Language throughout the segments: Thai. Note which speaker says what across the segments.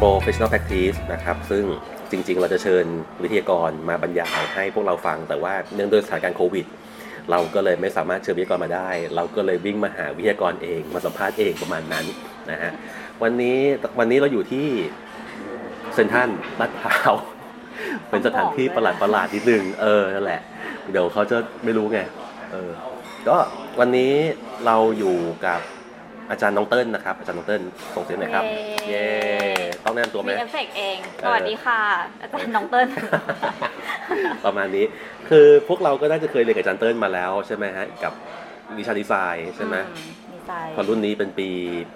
Speaker 1: professional practice นะครับ ซึ่งจริงๆ เราจะเชิญวิทยากรมาบรรยายให้พวกเราฟัง แต่ว่าเนื่องด้วยสถานการณ์โควิด เราก็เลยไม่สามารถเชิญวิทยากรมาได้ เราก็เลยวิ่งมาหาวิทยากรเอง มาสัมภาษณ์เองประมาณนั้นนะฮะ วันนี้วันนี้เราอยู่ที่เซนทรัลลาดพร้าว เป็นสถานที่ประหลาดประหลาดๆนิดนึง เออ นั่นแหละ เดี๋ยวเขาจะไม่รู้ไง เออ ก็วันนี้เราอยู่กับอาจารย์น้องเติ้ลนะครับ อาจารย์น้องเติ้ลส่งเสียงหน่อยครับ
Speaker 2: เย้
Speaker 1: เย้ ต้องแนะนำตัวไหม
Speaker 2: มีเอฟเฟกต์เอง
Speaker 1: เออ
Speaker 2: สวัสดีค่ะ อาจารย์น้องเติ้ล
Speaker 1: ประมาณนี้ คือพวกเราก็น่าจะเคยเรียนกับอาจารย์เติ้ลมาแล้วใช่ไหมฮะ กับวิชาดีไซน์ใช่ไหม
Speaker 2: อืดีใจ
Speaker 1: พอรุ่นนี้เป็นปี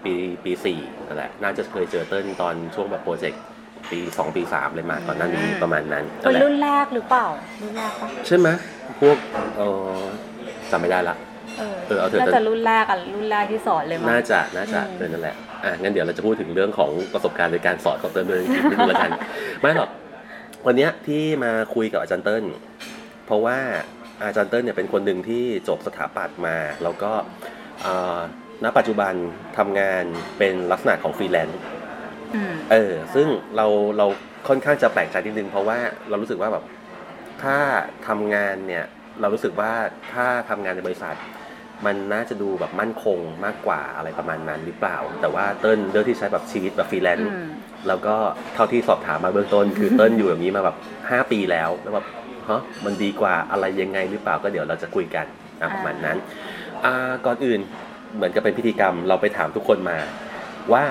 Speaker 1: ปีปีสี่นั่นแหละ น่าจะเคยเจอเติ้ลตอนช่วงแบบโปรเจกต์ปีสองปีสามเลยมาก่อนหน้านี้ประมาณนั้น
Speaker 2: เป็
Speaker 1: นั่นแหละ
Speaker 2: นรุ่นแรกหรือเปล่า รุ่นแรกปะ
Speaker 1: ใช่ไหมพวกเออจำไม่ได้ละ
Speaker 2: เออ
Speaker 1: เออเอาเถอะ
Speaker 2: น่าจะรุ่นแรกอ่ะ รุ่นแรกที่สอนเลยมั้ง
Speaker 1: น่าจะน่าจะ
Speaker 2: อืม
Speaker 1: เออนั่นแหละอ่ะงั้นเดี๋ยวเราจะพูดถึงเรื่องของประสบการณ์ในการสอนของเติ้ลด้วยนิดนึงละกัน ไม่หรอกวันเนี้ยที่มาคุยกับอาจารย์เติ้ลเพราะว่าอาจารย์เติ้ลเนี่ยเป็นคนหนึ่งที่จบสถาปัตย์มา แล้วก็เอ่อณปัจจุบันทำงานเป็นลักษณะของฟรีแลนซ์
Speaker 2: อืม
Speaker 1: เออ ซึ่งเราเราค่อนข้างจะแปลกใจนิดนึงเพราะว่าเรารู้สึกว่าแบบถ้าทำงานเนี่ย เรารู้สึกว่าถ้าทำงานในบริษัท มันน่าจะดูแบบมั่นคงมากกว่าอะไรประมาณนั้นหรือเปล่า แต่ว่าเติ้ลเลือกที่ใช้แบบชีวิตแบบฟรีแลนซ์
Speaker 2: อืม
Speaker 1: แล้วก็เท่าที่สอบถามมาเบื้องต้น คือเติ้ลอยู่แบบนี้มาแบบห้าปีแล้วแล้วแบบฮะมันดีกว่าอะไรยังไงหรือเปล่าก็เดี๋ยวเราจะคุยกันอ่ะประมาณนั้นอ่าก่อนอื่นเหมือนกับเป็นพิธีกรรมเราไปถามทุกคนมา ว่า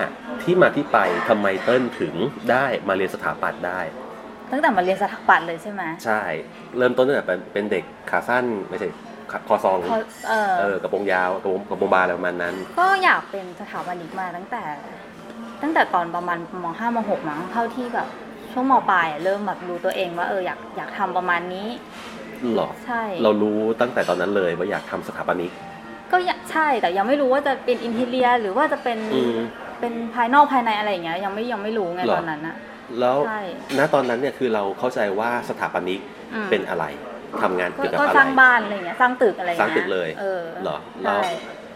Speaker 1: ที่มาที่ไปทำไมเติ้ลถึงได้มาเรียนสถาปัตย์ได้
Speaker 2: ตั้งแต่มาเรียนสถาปัตย์เลยใช่ไหม
Speaker 1: ใช่ เริ่มต้นตั้งแต่เป็นเป็นเด็กขาสั้นไม่ใช่ขาคอซอง
Speaker 2: พอเออ
Speaker 1: เออกระโปรงยาวกระโปรงกระโปรงบานอะไรประมาณนั้น
Speaker 2: ก็อยากเป็นสถาปนิกมาตั้งแต่ ตั้งแต่ตอนประมาณมห้ามหกมั้งเท่าที่แบบช่วงมปลายอะเริ่มแบบรู้ตัวเองว่าเอออยากอยากทำประมาณนี้
Speaker 1: หรอ
Speaker 2: ใช่
Speaker 1: เรารู้ตั้งแต่ตอนนั้นเลยว่าอยากทำสถาปนิก
Speaker 2: ก็อยากใช่แต่ยังไม่รู้ว่าจะเป็นอินเทียหรือว่าจะเป็น
Speaker 1: อืม
Speaker 2: เป็นภายนอกภายในอะไรอย่างเงี้ยยังไม่ยังไม่รู้ไง
Speaker 1: หรอ
Speaker 2: ตอนนั้นอะ
Speaker 1: แล้ว
Speaker 2: ใช่
Speaker 1: ณตอนนั้นเนี่ยคือเราเข้าใจว่าสถาปนิก
Speaker 2: อืม
Speaker 1: เป็นอะไรทำงาน
Speaker 2: ก็
Speaker 1: เกี่ยวกับ
Speaker 2: ก็
Speaker 1: อะไร
Speaker 2: สร้างบ้านอะไรอย่างเงี้ยสร้างตึกอะไรอย่
Speaker 1: สร้างตึกเลย
Speaker 2: เออ
Speaker 1: หรอ
Speaker 2: ใช่
Speaker 1: เรา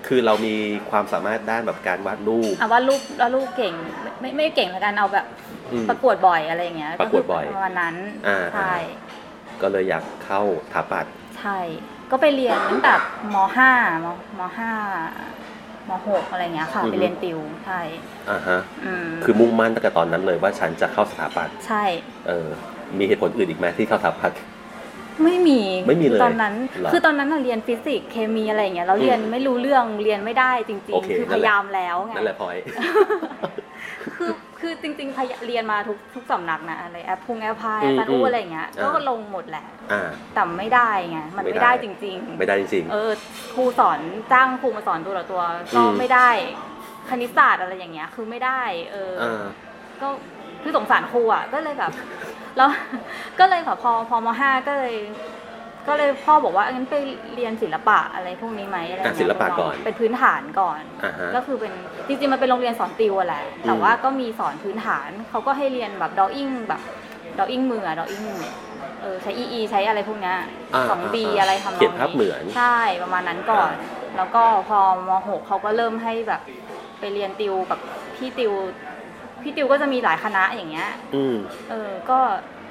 Speaker 1: คือเรามีความสามารถด้านแบบการวาดรูป
Speaker 2: เอาว่าลูกแล้วลูกเก่งไม่ไม่ไม่เก่งแล้วกันเอาแบบ
Speaker 1: อืม
Speaker 2: ประกวดบ่อยอะไรอย่างเงี้ย
Speaker 1: ประกวดบ่อย
Speaker 2: คืประมาณนั้น
Speaker 1: อ่า
Speaker 2: ใช่
Speaker 1: ก็เลยอยากเข้าสถาปัตย์
Speaker 2: ใช่ก็ไปเรียนตั้งแต่มห้ามมห้ามหกอะไรอย่างเงี้ยค่ะไปเรียนติวใช่
Speaker 1: อ่าฮะ
Speaker 2: อืม
Speaker 1: คือมุ่งมั่นตั้งแต่ตอนนั้นเลยว่าฉันจะเข้าสถาปัตย์
Speaker 2: ใช่
Speaker 1: เออ มีเหตุผลอื่นอีกไหมที่เข้าสถาปัตย์
Speaker 2: ไม่มี
Speaker 1: ไม่มีเลย
Speaker 2: ตอนนั้น
Speaker 1: หรอ
Speaker 2: คือตอนนั้นน่ะเรียนฟิสิกส์เคมีอะไรอย่างเงี้ยเราเรียนไม่รู้เรื่องเรียนไม่ได้จริง
Speaker 1: โอเค
Speaker 2: ๆคือ
Speaker 1: นั่น
Speaker 2: พ
Speaker 1: แหละ
Speaker 2: ยายามแล้วไง
Speaker 1: นั่นแหละพลอย
Speaker 2: คือคือจริงๆพยเรียนมาทุกทุกสำนักนะอะไรแอปพุงแอปพาย
Speaker 1: อืม
Speaker 2: ซันอู
Speaker 1: อืม
Speaker 2: อะไรอย่างเงี้ย
Speaker 1: อ่า
Speaker 2: ก็ลงหมดแหละ
Speaker 1: อ่า
Speaker 2: แต่ไม่ได้ไงมัน
Speaker 1: ไม่
Speaker 2: ไม่
Speaker 1: ได้
Speaker 2: ได้จริงๆ
Speaker 1: ไม่ได้จริง
Speaker 2: เออครูสอนจ้างครูมาสอนตัวต่อตัวก็
Speaker 1: อืม
Speaker 2: ไม่ได้ คณิตศาสตร์อะไรอย่างเงี้ย คือไม่ได้เออ
Speaker 1: ๆ
Speaker 2: อ
Speaker 1: อ่า
Speaker 2: ก็คือสงสารครูอ่ะก็เลยแบบ แล้วก็เลยแบบพอพอมห้าก็เลย ก็เลยพ่อบอกว่างั้นไปเรียนศิลปะอะไรพวกนี้ไหมอะไรเงี้ย
Speaker 1: อ่ะศิลปะก่อน
Speaker 2: เป็นพื้นฐานก่อน
Speaker 1: อ่าฮะ
Speaker 2: ก็คือเป็นจริงๆ มันเป็นโรงเรียนสอนติวอะแหละ แต่
Speaker 1: อืม
Speaker 2: ว่าก็มีสอนพื้นฐานเขาก็ให้เรียนแบบดอ w ิ n งแบบดอ w ิ n งมืออะดอ w ิ n งเออใช้ EE ใช้อะไรพวกเนี้ย
Speaker 1: า
Speaker 2: สองบี
Speaker 1: า
Speaker 2: อะไรทำนอง
Speaker 1: เขียนภาพเหมือน
Speaker 2: ใช่ประมาณนั้นก่อน
Speaker 1: อ่
Speaker 2: แล้วก็พอมหกเขาก็เริ่มให้แบบไปเรียนติวกับพี่ติว พี่ติวก็จะมีหลายคณะอย่างเงี้ย
Speaker 1: อืม
Speaker 2: เออ ก็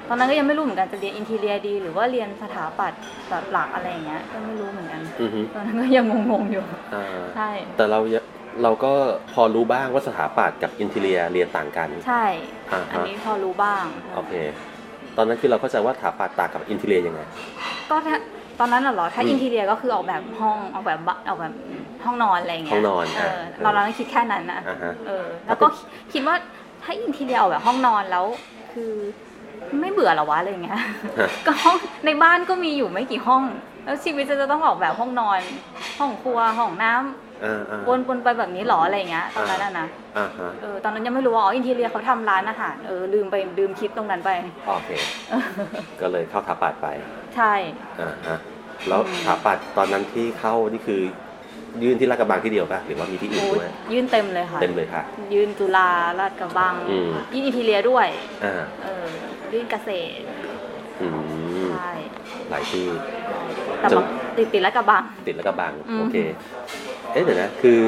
Speaker 2: ตอนนั้นก็ยังไม่รู้เหมือนกันจะเรียนอินเทียดี หรือว่าเรียนสถาปัตย์แบบหลักอะไรอย่างเงี้ย ก็ไม่รู้เหมือนกัน
Speaker 1: อือฮึ
Speaker 2: ตอนนั้นก็ยังงงๆอยู่
Speaker 1: อ่า
Speaker 2: ใช่
Speaker 1: แต่เรายังเราก็พอรู้บ้างว่าสถาปัตย์กับอินเทเรียเรียนต่างกัน
Speaker 2: ใช่
Speaker 1: อ่า
Speaker 2: อัน
Speaker 1: ฮะ
Speaker 2: นี้พอรู้บ้าง
Speaker 1: โอเค ตอนนั้นคือเราเข้าใจว่าสถาปัตย์ต่างกับอินเทเรียยังไง
Speaker 2: ก็ถ้าตอนนั้นน่ะเหรอ ถ้า
Speaker 1: อืม
Speaker 2: อินทีเรียก็คือออกแบบห้องออกแบบบ้านออกแบบห้องนอนอะไรเงี้ย
Speaker 1: ห้องนอน
Speaker 2: เอ
Speaker 1: อ่ะ
Speaker 2: อ
Speaker 1: เออ
Speaker 2: เราเราคิดแค่นั้นนะ
Speaker 1: อ่าฮะ
Speaker 2: เออ แล้วก็คิดว่าถ้าอินทีเรียออกแบบห้องนอนแล้ว คือไม่เบื่อเหรอวะอะไรเงี้ย
Speaker 1: ฮะ
Speaker 2: ก็ห้องในบ้านก็มีอยู่ไม่กี่ห้อง แล้วชีวิตจะต้องออกแบบห้องนอน ห้องครัวห้องน้ำ
Speaker 1: อ่าอ่า
Speaker 2: วนวนไปแบบนี้เหรออะไรเงี้ยตอนนั้นน่ะนะ
Speaker 1: อ่าฮะ
Speaker 2: เออตอนนั้นยังไม่รู้ว่าอ๋ออินทีเรียเขาทำร้านอาหารเออลืมไปลืมคิดตรงนั้นไป
Speaker 1: โอเค ก็เลยเข้าสถาปัตย์ไป
Speaker 2: ใช่
Speaker 1: อ่าฮะ แล้ว
Speaker 2: อืม
Speaker 1: สถาปัตย์ตอนนั้นที่เข้านี่คือ ยื่นที่ลาดกระบังที่เดียวป่ะ หรือว่ามีที่อื่น
Speaker 2: โอ้
Speaker 1: ด้วย ย
Speaker 2: ยื่นเต็มเลยค่ะ
Speaker 1: เต็มเลยค่ะ
Speaker 2: ยืนจุฬาลาดกระบัง
Speaker 1: อืม
Speaker 2: ยืนอินทีเรียด้วย
Speaker 1: อ่า
Speaker 2: เออยื่นเกษตร
Speaker 1: อืม
Speaker 2: ใช่
Speaker 1: หลายที่
Speaker 2: แต่
Speaker 1: จุ
Speaker 2: บางติดติดลาดกระบัง
Speaker 1: ติดแล้วก็บัง
Speaker 2: อืม
Speaker 1: โอเค เอ๊ะเดี๋ยวนะ คือ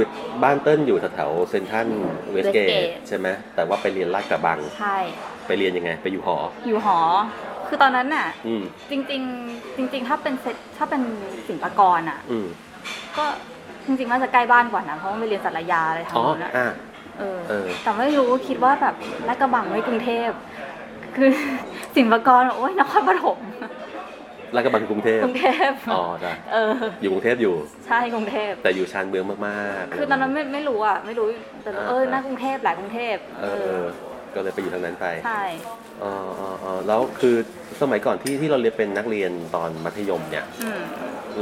Speaker 1: บ้านเติ้ลอยู่แถวๆเซนทรัลเวสเกต
Speaker 2: Westgate
Speaker 1: ใช่ไหมแต่ว่าไปเรียนลาดกระบัง
Speaker 2: ใช่
Speaker 1: ไปเรียนยังไง ไปอยู่หอ
Speaker 2: อยู่หอ คือตอนนั้นน่ะ
Speaker 1: อืม
Speaker 2: จริง ๆ จริง ๆ ถ้าเป็นเซตถ้าเป็นศิลปากรอ่ะ
Speaker 1: อืม
Speaker 2: ก็จริงๆน่าจะใกล้บ้านกว่านะเพราะว่าไปเรียนสัตยาอะไรทาง
Speaker 1: อ๋อ
Speaker 2: นั้นอะ
Speaker 1: อ่ะ
Speaker 2: เออ
Speaker 1: เออ
Speaker 2: แต่ไม่รู้คิดว่าแบบลาดกระบังไม่กรุงเทพ คือ สินปากรโอ้ยนครปฐม
Speaker 1: ลาดกระบังกรุงเทพ
Speaker 2: กรุงเทพ
Speaker 1: อ๋อได้
Speaker 2: เออ
Speaker 1: อยู่กรุงเทพอยู่
Speaker 2: ใช่กรุงเทพ
Speaker 1: แต่อยู่ชานเมืองมากๆ
Speaker 2: คือตอนนั้นไม่ไม่รู้อ่ะ ไม่รู้แต่รู้
Speaker 1: อ่า
Speaker 2: เออ
Speaker 1: อ่า
Speaker 2: หน้ากรุงเทพแหลายกรุงเทพ
Speaker 1: เออเออ ก็เลยไปอยู่ทางนั้นไป
Speaker 2: ใช่
Speaker 1: อ๋ออ๋ออ๋อแล้วคือสมัยก่อนที่ที่เราเรียนเป็นนักเรียนตอนมัธยมเนี่ย
Speaker 2: อืม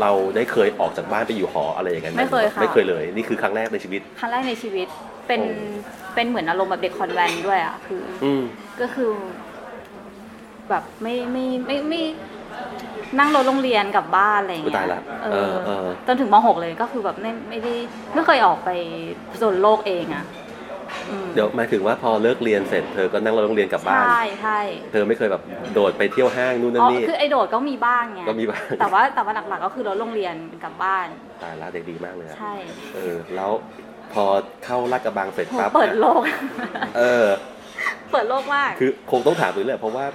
Speaker 1: เราได้เคยออกจากบ้านไปอยู่หออะไรอย่างนั้นห
Speaker 2: ไม่เคยค่ะ
Speaker 1: ไม่เคยเลย นี่คือครั้งแรกในชีวิต
Speaker 2: ครั้งแรกในชีวิตเป็น
Speaker 1: โอ้
Speaker 2: เป็นเหมือนอารมณ์แบบเด็กคอนแวนต์ด้วยอ่ะคือ
Speaker 1: อืม
Speaker 2: ก็คือ แบบไม่ไม่ไม่ไม่นั่งรถโรงเรียนกลับบ้านอะไรอย่างเงี้
Speaker 1: อุ๊ยตายละ
Speaker 2: เอ
Speaker 1: เอ
Speaker 2: อ
Speaker 1: อเออ
Speaker 2: จนถึงมหกเลยก็คือแบบไม่ไม่ได้ไม่เคยออกไปผจญโลกเองอ่ะอืม
Speaker 1: เดี๋ยวหมายถึงว่าพอเลิกเรียนเสร็จเธอก็นั่งรถโรงเรียนกลับบ้าน
Speaker 2: ใช่ใช่
Speaker 1: เธอไม่เคยแบบโดดไปเที่ยวห้างนู่นนั่
Speaker 2: อ๋
Speaker 1: น
Speaker 2: อ
Speaker 1: นี่
Speaker 2: คือไอโดดก็มีบ้างไง
Speaker 1: ก็มีบ้าง
Speaker 2: แต่ว่าแต่ว่าหลักๆก็คือรถโรงเรียนกลับบ้าน
Speaker 1: ตายละเด็กดีมากเลยอะ
Speaker 2: ใช่
Speaker 1: เออ แล้วพอเข้าลาดกระบังเสร็จ
Speaker 2: โห
Speaker 1: ปั๊บ
Speaker 2: เปิดโลก
Speaker 1: เออ
Speaker 2: เปิดโลกมาก
Speaker 1: คือคงต้องถามถึงแหละเพราะว่า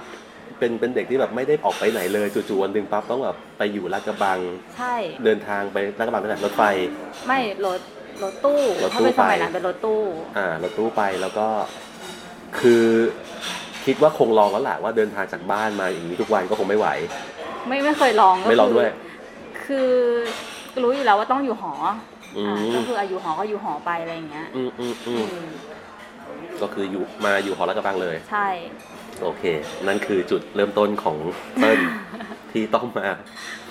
Speaker 1: เป็นเป็นเด็กที่แบบไม่ได้ออกไปไหนเลยจู่ๆวันหนึ่งปั๊บต้องแบบไปอยู่ลาดกระบัง
Speaker 2: ใช่
Speaker 1: เดินทางไปลาดกระบังตั้งแต่รถไฟ
Speaker 2: ไม่รถรถตู้
Speaker 1: รถตู้
Speaker 2: ถ้าเป็นสมัย
Speaker 1: ไป
Speaker 2: นั้นเป็นรถตู้
Speaker 1: อ่ารถตู้ไปแล้วก็คือคิดว่าคงลองแล้วแหละว่าเดินทางจากบ้านมาอย่างนี้ทุกวันก็คงไม่ไหว
Speaker 2: ไม่ไม่เคยลองก็
Speaker 1: ไม่ลองด้วย
Speaker 2: คือคือรู้อยู่แล้วว่าต้องอยู่หอ
Speaker 1: อื
Speaker 2: อ่าม ก็คืออายุหอก็อยู่หอไปอะไรอย่างเงี้ย
Speaker 1: อืมอืมอืม
Speaker 2: อืม
Speaker 1: ก็คืออยู่มาอยู่หอระกระบังเลย
Speaker 2: ใช่
Speaker 1: โอเค นั่นคือจุดเริ่มต้นของเติ้ลที่ต้องมา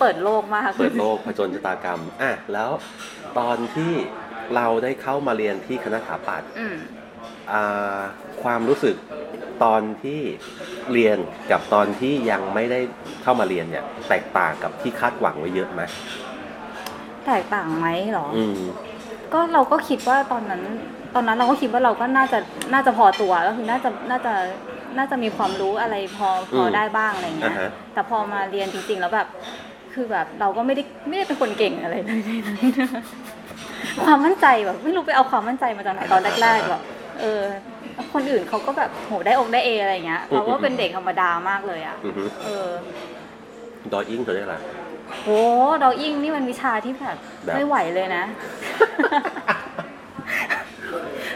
Speaker 2: เปิดโลกมาก
Speaker 1: เปิดโลกผจญชะตากรรมอ่ะแล้วตอนที่เราได้เข้ามาเรียนที่คณะสถาปัตย์
Speaker 2: อืม
Speaker 1: อ่าความรู้สึกตอนที่เรียนกับตอนที่ยังไม่ได้เข้ามาเรียนเนี่ย แตกต่างกับที่คาดหวังไว้เยอะไหม
Speaker 2: แตกต่างไหมเหรออ
Speaker 1: อืม
Speaker 2: ก็เราก็คิดว่าตอนนั้น ตอนนั้นเราก็คิดว่าเราก็น่าจะน่าจะพอตัวก็คือน่าจะน่าจะน่าจะมีความรู้อะไรพอพออ
Speaker 1: ม
Speaker 2: ได้บ้างอะไรเงี้ย
Speaker 1: อ่าฮะ
Speaker 2: แต่พอมาเรียนจริง ๆ แล้วแบบ คือแบบเราก็ไม่ได้ไม่ได้เป็นคนเก่งอะไรเลยในนั้น ความมั่นใจแบบไม่รู้ไปเอาความมั่นใจมาจากไหนตอนแรกๆแบบเออ คนอื่นเขาก็แบบโหได้องได้เออะไรอย่างเงี้ยเราก็เป็นเด็กธรรมดามากเลยอ่ะ
Speaker 1: อือฮึ
Speaker 2: เออ
Speaker 1: ดอยอิงเธอได้อะไร
Speaker 2: โหดออิ่งนี่มันวิชาที่แบบ
Speaker 1: แบบ
Speaker 2: ไม่ไหวเลยนะ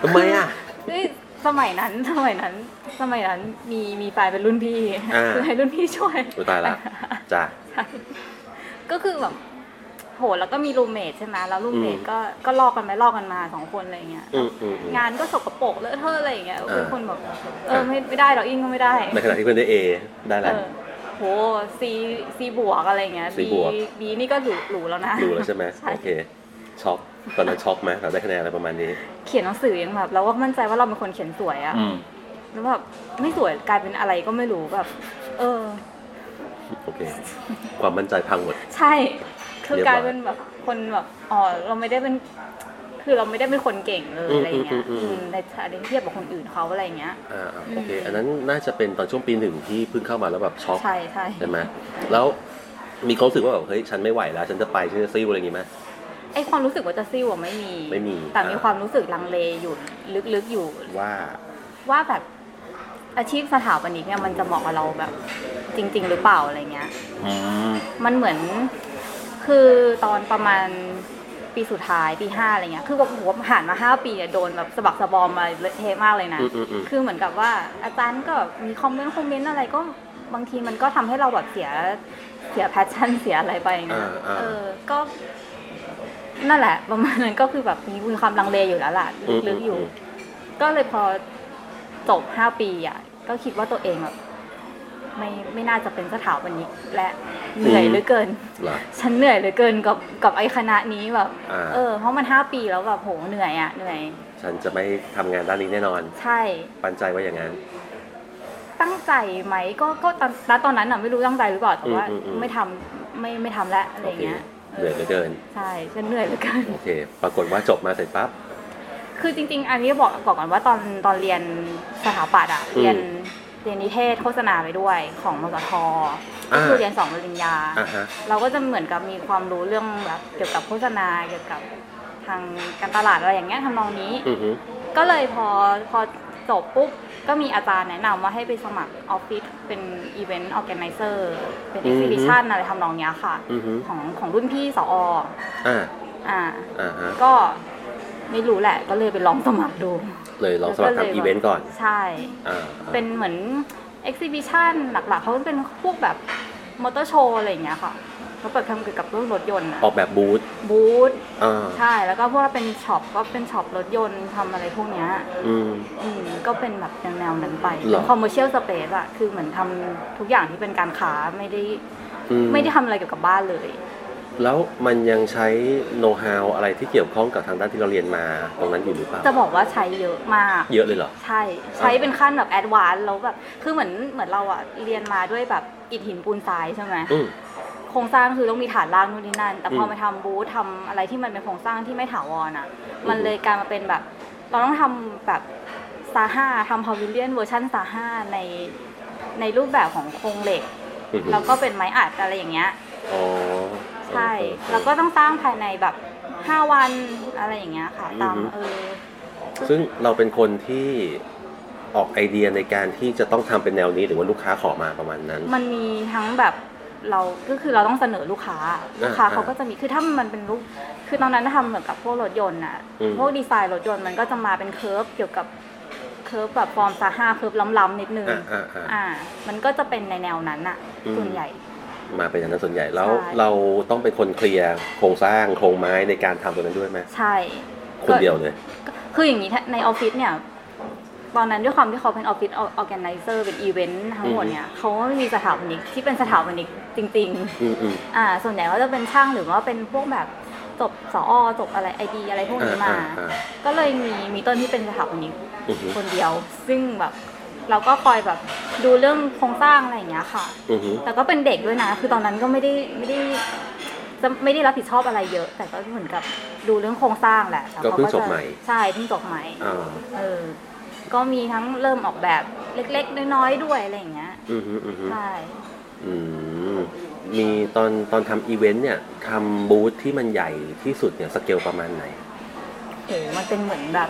Speaker 1: ทำไมอ่ะ
Speaker 2: เฮ้ยสมัยนั้นสมัยนั้น สมัยนั้นมีมีแฟนเป็นรุ่นพี่
Speaker 1: อ่า
Speaker 2: คือให้รุ่นพี่ช่วย
Speaker 1: โอ้ตายละจ้ะ
Speaker 2: ก็คือแบบโหแล้วก็มีรูมเมทใช่ไหมแล้วรูมเมท
Speaker 1: อืม
Speaker 2: ก็ก็ลอกกันไปลอกกันมาสองคนอะไรเงี้ย
Speaker 1: อืมอืมอืม
Speaker 2: งานก็สกปรกเลอะเทอะอะไรอย่างเงี้ย
Speaker 1: อ่า
Speaker 2: เป็นคนแบบเออ
Speaker 1: ค่ะ
Speaker 2: ไม่ไม่ได้หรอกอิงก็ไม่ได้
Speaker 1: ในขณะที่เพื่อนได้เอได้อะไร
Speaker 2: เออโหซีซีบวกอะไรเงี้ย
Speaker 1: C
Speaker 2: บี
Speaker 1: บวก
Speaker 2: บีนี่ก็หรูหรูแล้วนะ
Speaker 1: รู้แล้วใช่ไหม
Speaker 2: ใช่
Speaker 1: โอเคช็อกตอนนั้นช็อกไหมเราได้คะแนนอะไรประมาณนี้
Speaker 2: เขียนหนังสือยังแบบเราก็มั่นใจว่าเราเป็นคนเขียนสวยอะ
Speaker 1: อืม
Speaker 2: แล้วแบบไม่สวยกลายเป็นอะไรก็ไม่รู้แบบ เออ
Speaker 1: โอเค ความมั่นใจพังหมด
Speaker 2: ใช่คือ
Speaker 1: เรียบร้อย
Speaker 2: กลายเป็นแบบคนแบบอ๋อเราไม่ได้เป็น คือเราไม่ได้เป็นคนเก่งเลยอะไรเงี้ยอืมในฐานะเทียบกับคนอื่นเขาอะไรเงี้ย
Speaker 1: อ่าอ่า
Speaker 2: อืม
Speaker 1: โอเค อันนั้นน่าจะเป็นตอนช่วงปีหนึ่งที่เพิ่งเข้ามาแล้วแบบช็อก
Speaker 2: ใช่ใช่
Speaker 1: ใช่ไหมแล้วมีความรู้สึกว่าแบบเฮ้ยฉันไม่ไหวแล้ว ฉันจะไปฉันจะซิ่วอะไรอย่างงี้ไหม
Speaker 2: ไอความรู้สึกว่าจะซิ่วอะไม่มี
Speaker 1: ไม่มี
Speaker 2: แต่มี
Speaker 1: อ่า
Speaker 2: ความรู้สึกลังเลอยู่ลึกๆอยู่
Speaker 1: ว่า
Speaker 2: ว่าแบบอาชีพสถาปนิกเนี่ยมันจะเหมาะกับเราแบบ จริง ๆ หรือเปล่าอะไรเงี้ย
Speaker 1: อืม
Speaker 2: มันเหมือนคือตอนประมาณปีสุดท้ายปีห้าอะไรเงี้ยคือผมผมผ่านมาห้าปีอะโดนแบบสะบักสะบอมมาเละเทะมากเลยนะ
Speaker 1: อืมอืมอืม
Speaker 2: คือเหมือนกับว่าอาจารย์ก็มีคอมเมนต์คอมเมนต์อะไรก็บางทีมันก็ทำให้เราแบบเสียเสียแพชชั่นเสียอะไรไปนะ
Speaker 1: อ่าอ่า
Speaker 2: เออก็นั่นแหละ ประมาณนั้นก็คือแบบมีมีความลังเลอยู่แล้วล่ะ
Speaker 1: อืม
Speaker 2: ลึกๆอยู่
Speaker 1: อืม
Speaker 2: ก็เลยพอจบห้าปีอ่ะก็คิดว่าตัวเองแบบไม่ไม่น่าจะเป็นสถาปนิกและเหนื่อย
Speaker 1: อืม
Speaker 2: เหลือเกิน
Speaker 1: เหรอ
Speaker 2: ฉันเหนื่อยเหลือเกินกับกับไอ้คณะนี้แบบ
Speaker 1: อ่า
Speaker 2: เออ เพราะมันห้าปีแล้วแบบโหเหนื่อยอ่ะเหนื่อย
Speaker 1: ฉันจะไม่ทำงานด้านนี้แน่นอน
Speaker 2: ใช่
Speaker 1: ปันใจไว้อย่างนั้น
Speaker 2: ตั้งใจไหมก็ก็ตอนณตอนนั้นน่ะไม่รู้ตั้งใจหรือเปล่าแต่ว่า
Speaker 1: อืมอืมอืม
Speaker 2: ไม่ทำไม่ไม่ทำแล้วอะไร
Speaker 1: โอเค
Speaker 2: เงี้ย
Speaker 1: เหนื่อยเหลือเกิน
Speaker 2: ใช่ฉันเหนื่อยเหลือเกิน
Speaker 1: โอเค ปรากฏว่าจบมาเสร็จปั๊บ
Speaker 2: คือจริง ๆ อันนี้บอกบอกก่อนว่าตอนตอนเรียนสถาปัตย์อ่ะ
Speaker 1: อืม
Speaker 2: เรียนเรียนนิเทศโฆษณาไปด้วยของมกทก็
Speaker 1: อ่า
Speaker 2: คือเรียนสองปริญญา
Speaker 1: อ่ะฮะ
Speaker 2: เราก็จะเหมือนกับมีความรู้เรื่องแบบเกี่ยวกับโฆษณาเกี่ยวกับ ทางการตลาดอะไรอย่างเงี้ยทำนองนี้
Speaker 1: อือฮึ
Speaker 2: ก็เลยพอพอจบปุ๊บ ก็มีอาจารย์แนะนำว่าให้ไปสมัครออฟฟิศเป็นอีเวนต์ออแกไนเซอร์เป็นเอ็กซิบิชันอะไรทำนองเนี้ยค่ะ
Speaker 1: อือฮึ
Speaker 2: ของของรุ่นพี่สอ
Speaker 1: อ่า
Speaker 2: อ่า
Speaker 1: อ่าฮะ
Speaker 2: ก็ไม่รู้แหละก็เลยไปลองสมัครดู
Speaker 1: เลยลองสมัครทำอีเวนต์ก่อน
Speaker 2: ใช่
Speaker 1: อ่า
Speaker 2: เป็นเหมือนเอ็กซิบิชันหลักๆ เขาเป็นพวกแบบมอเตอร์โชว์อะไรอย่างเงี้ยค่ะเขาเปิดทำเกี่ยวกับเรื่องรถยนต์อะ
Speaker 1: ออกแบบบูธ
Speaker 2: บูธ
Speaker 1: อ่า
Speaker 2: ใช่แล้วก็พวกเราเป็นช็อปก็เป็นช็อปรถยนต์ทำอะไรพวกเนี้ย
Speaker 1: อืม
Speaker 2: อืมก็เป็นแบบแนวๆนั้นไป
Speaker 1: เหรอ
Speaker 2: คอมเมอร์เชียลสเปซอะคือเหมือนทำทุกอย่างที่เป็นการค้าไม่ได้
Speaker 1: อื
Speaker 2: ไม่ได้ทำอะไรเกี่ยวกับบ้านเลย
Speaker 1: แล้วมันยังใช้โน้ตฮาวอะไรที่เกี่ยวข้องกับทางด้านที่เราเรียนมาตรงนั้นอยู่หรือเปล่า
Speaker 2: จะบอกว่าใช้เยอะมาก
Speaker 1: เยอะเลยเหรอ
Speaker 2: ใช่ ใช้เป็นขั้นแบบแอดวานซ์แล้วแบบคือเหมือนเหมือนเราอะเรียนมาด้วยแบบอิฐหินปูนทรายใช่ไหม
Speaker 1: อืม
Speaker 2: โครงสร้างคือต้องมีฐานล่างนู่นนี่นั่น แต่พออ
Speaker 1: ม
Speaker 2: มาทำบูธทำอะไรที่มันเป็นโครงสร้างที่ไม่ถาวรอ่ะ มัน
Speaker 1: อืม
Speaker 2: เลยกลายมาเป็นแบบ เราต้องทำแบบซาห้าทำพาวิเลียนเวอร์ชันซาห้าในในรูปแบบของโครงเหล็ก
Speaker 1: อือฮึ
Speaker 2: แล้วก็เป็นไม้อัดอะไรอย่างเงี้ย
Speaker 1: อ๋อ
Speaker 2: ใช่
Speaker 1: เออเออ
Speaker 2: แล้วก็ต้องสร้างภายในแบบ 5 วันอะไรอย่างเงี้ยค่ะ ตาม
Speaker 1: อือฮึ
Speaker 2: เออ
Speaker 1: ซึ่งเราเป็นคนที่ออกไอเดียในการที่จะต้องทำเป็นแนวนี้หรือว่าลูกค้าขอมาประมาณนั้น
Speaker 2: มันมีทั้งแบบเราก็คือเราต้องเสนอลูกค้าลูกค้า
Speaker 1: อ่า
Speaker 2: เขาก็จะมีคือถ้ามันเป็นลูกคือตอนนั้นทำเหมือนกับพวกรถยนต์น่ะ
Speaker 1: อืม
Speaker 2: พวกดีไซน์รถยนต์มันก็จะมาเป็นเคิร์ฟเกี่ยวกับเคิร์ฟแบบฟอร์มซาห้าเคิร์ฟล้ำๆนิดนึง
Speaker 1: อ่าอ่าอ่า
Speaker 2: อ่า มันก็จะเป็นในแนวนั้นอ่ะ
Speaker 1: อืม
Speaker 2: ส่วนใหญ่
Speaker 1: มาเป็นอย่างนั้นส่วนใหญ่แล้ว
Speaker 2: ใช่
Speaker 1: เราต้องเป็นคนเคลียร์โครงสร้างโครงไม้ในการทำตัวนั้นด้วยไหม
Speaker 2: ใช่
Speaker 1: คนเดียวเลย
Speaker 2: ก็คืออย่างนี้ถ้าในออฟฟิศเนี่ยตอนนั้นด้วยความที่เขาเป็นออฟฟิศออแกไนเซอร์เป็นอีเวนต์ทั้งหมดเนี่ยเขาไม่มีสถาปนิกที่เป็นสถาปนิกจริง ๆ
Speaker 1: อืมอืม
Speaker 2: อ่าส่วนใหญ่ก็จะเป็นช่างหรือว่าเป็นพวกแบบจบสอจบอะไรไอดีอะไรพวกนี้มา ก็เลยมีมีต้นที่เป็นสถาปนิก
Speaker 1: อือฮึ
Speaker 2: คนเดียว ซึ่งแบบเราก็คอยแบบดูเรื่องโครงสร้างอะไรอย่างเงี้ยค่ะ
Speaker 1: อืมอืม
Speaker 2: แต่ก็เป็นเด็กด้วยนะ คือตอนนั้นก็ไม่ได้ไม่ได้จะไม่ได้รับผิดชอบอะไรเยอะ แต่ก็เหมือนกับดูเรื่องโครงสร้างแหละแต่ขาจะใช่เพิ่งจบใหม่
Speaker 1: อ่า
Speaker 2: เออก็มีทั้งเริ่มออกแบบเล็กๆน้อยๆด้วยอะไรอย่างเงี้ย
Speaker 1: อืมอืมอืมอืม
Speaker 2: ใช่
Speaker 1: อืมมีตอนตอนทำอีเวนต์เนี่ยทำบูธที่มันใหญ่ที่สุดเนี่ยสเกลประมาณไหน
Speaker 2: โหมันเป็นเหมือนแบบ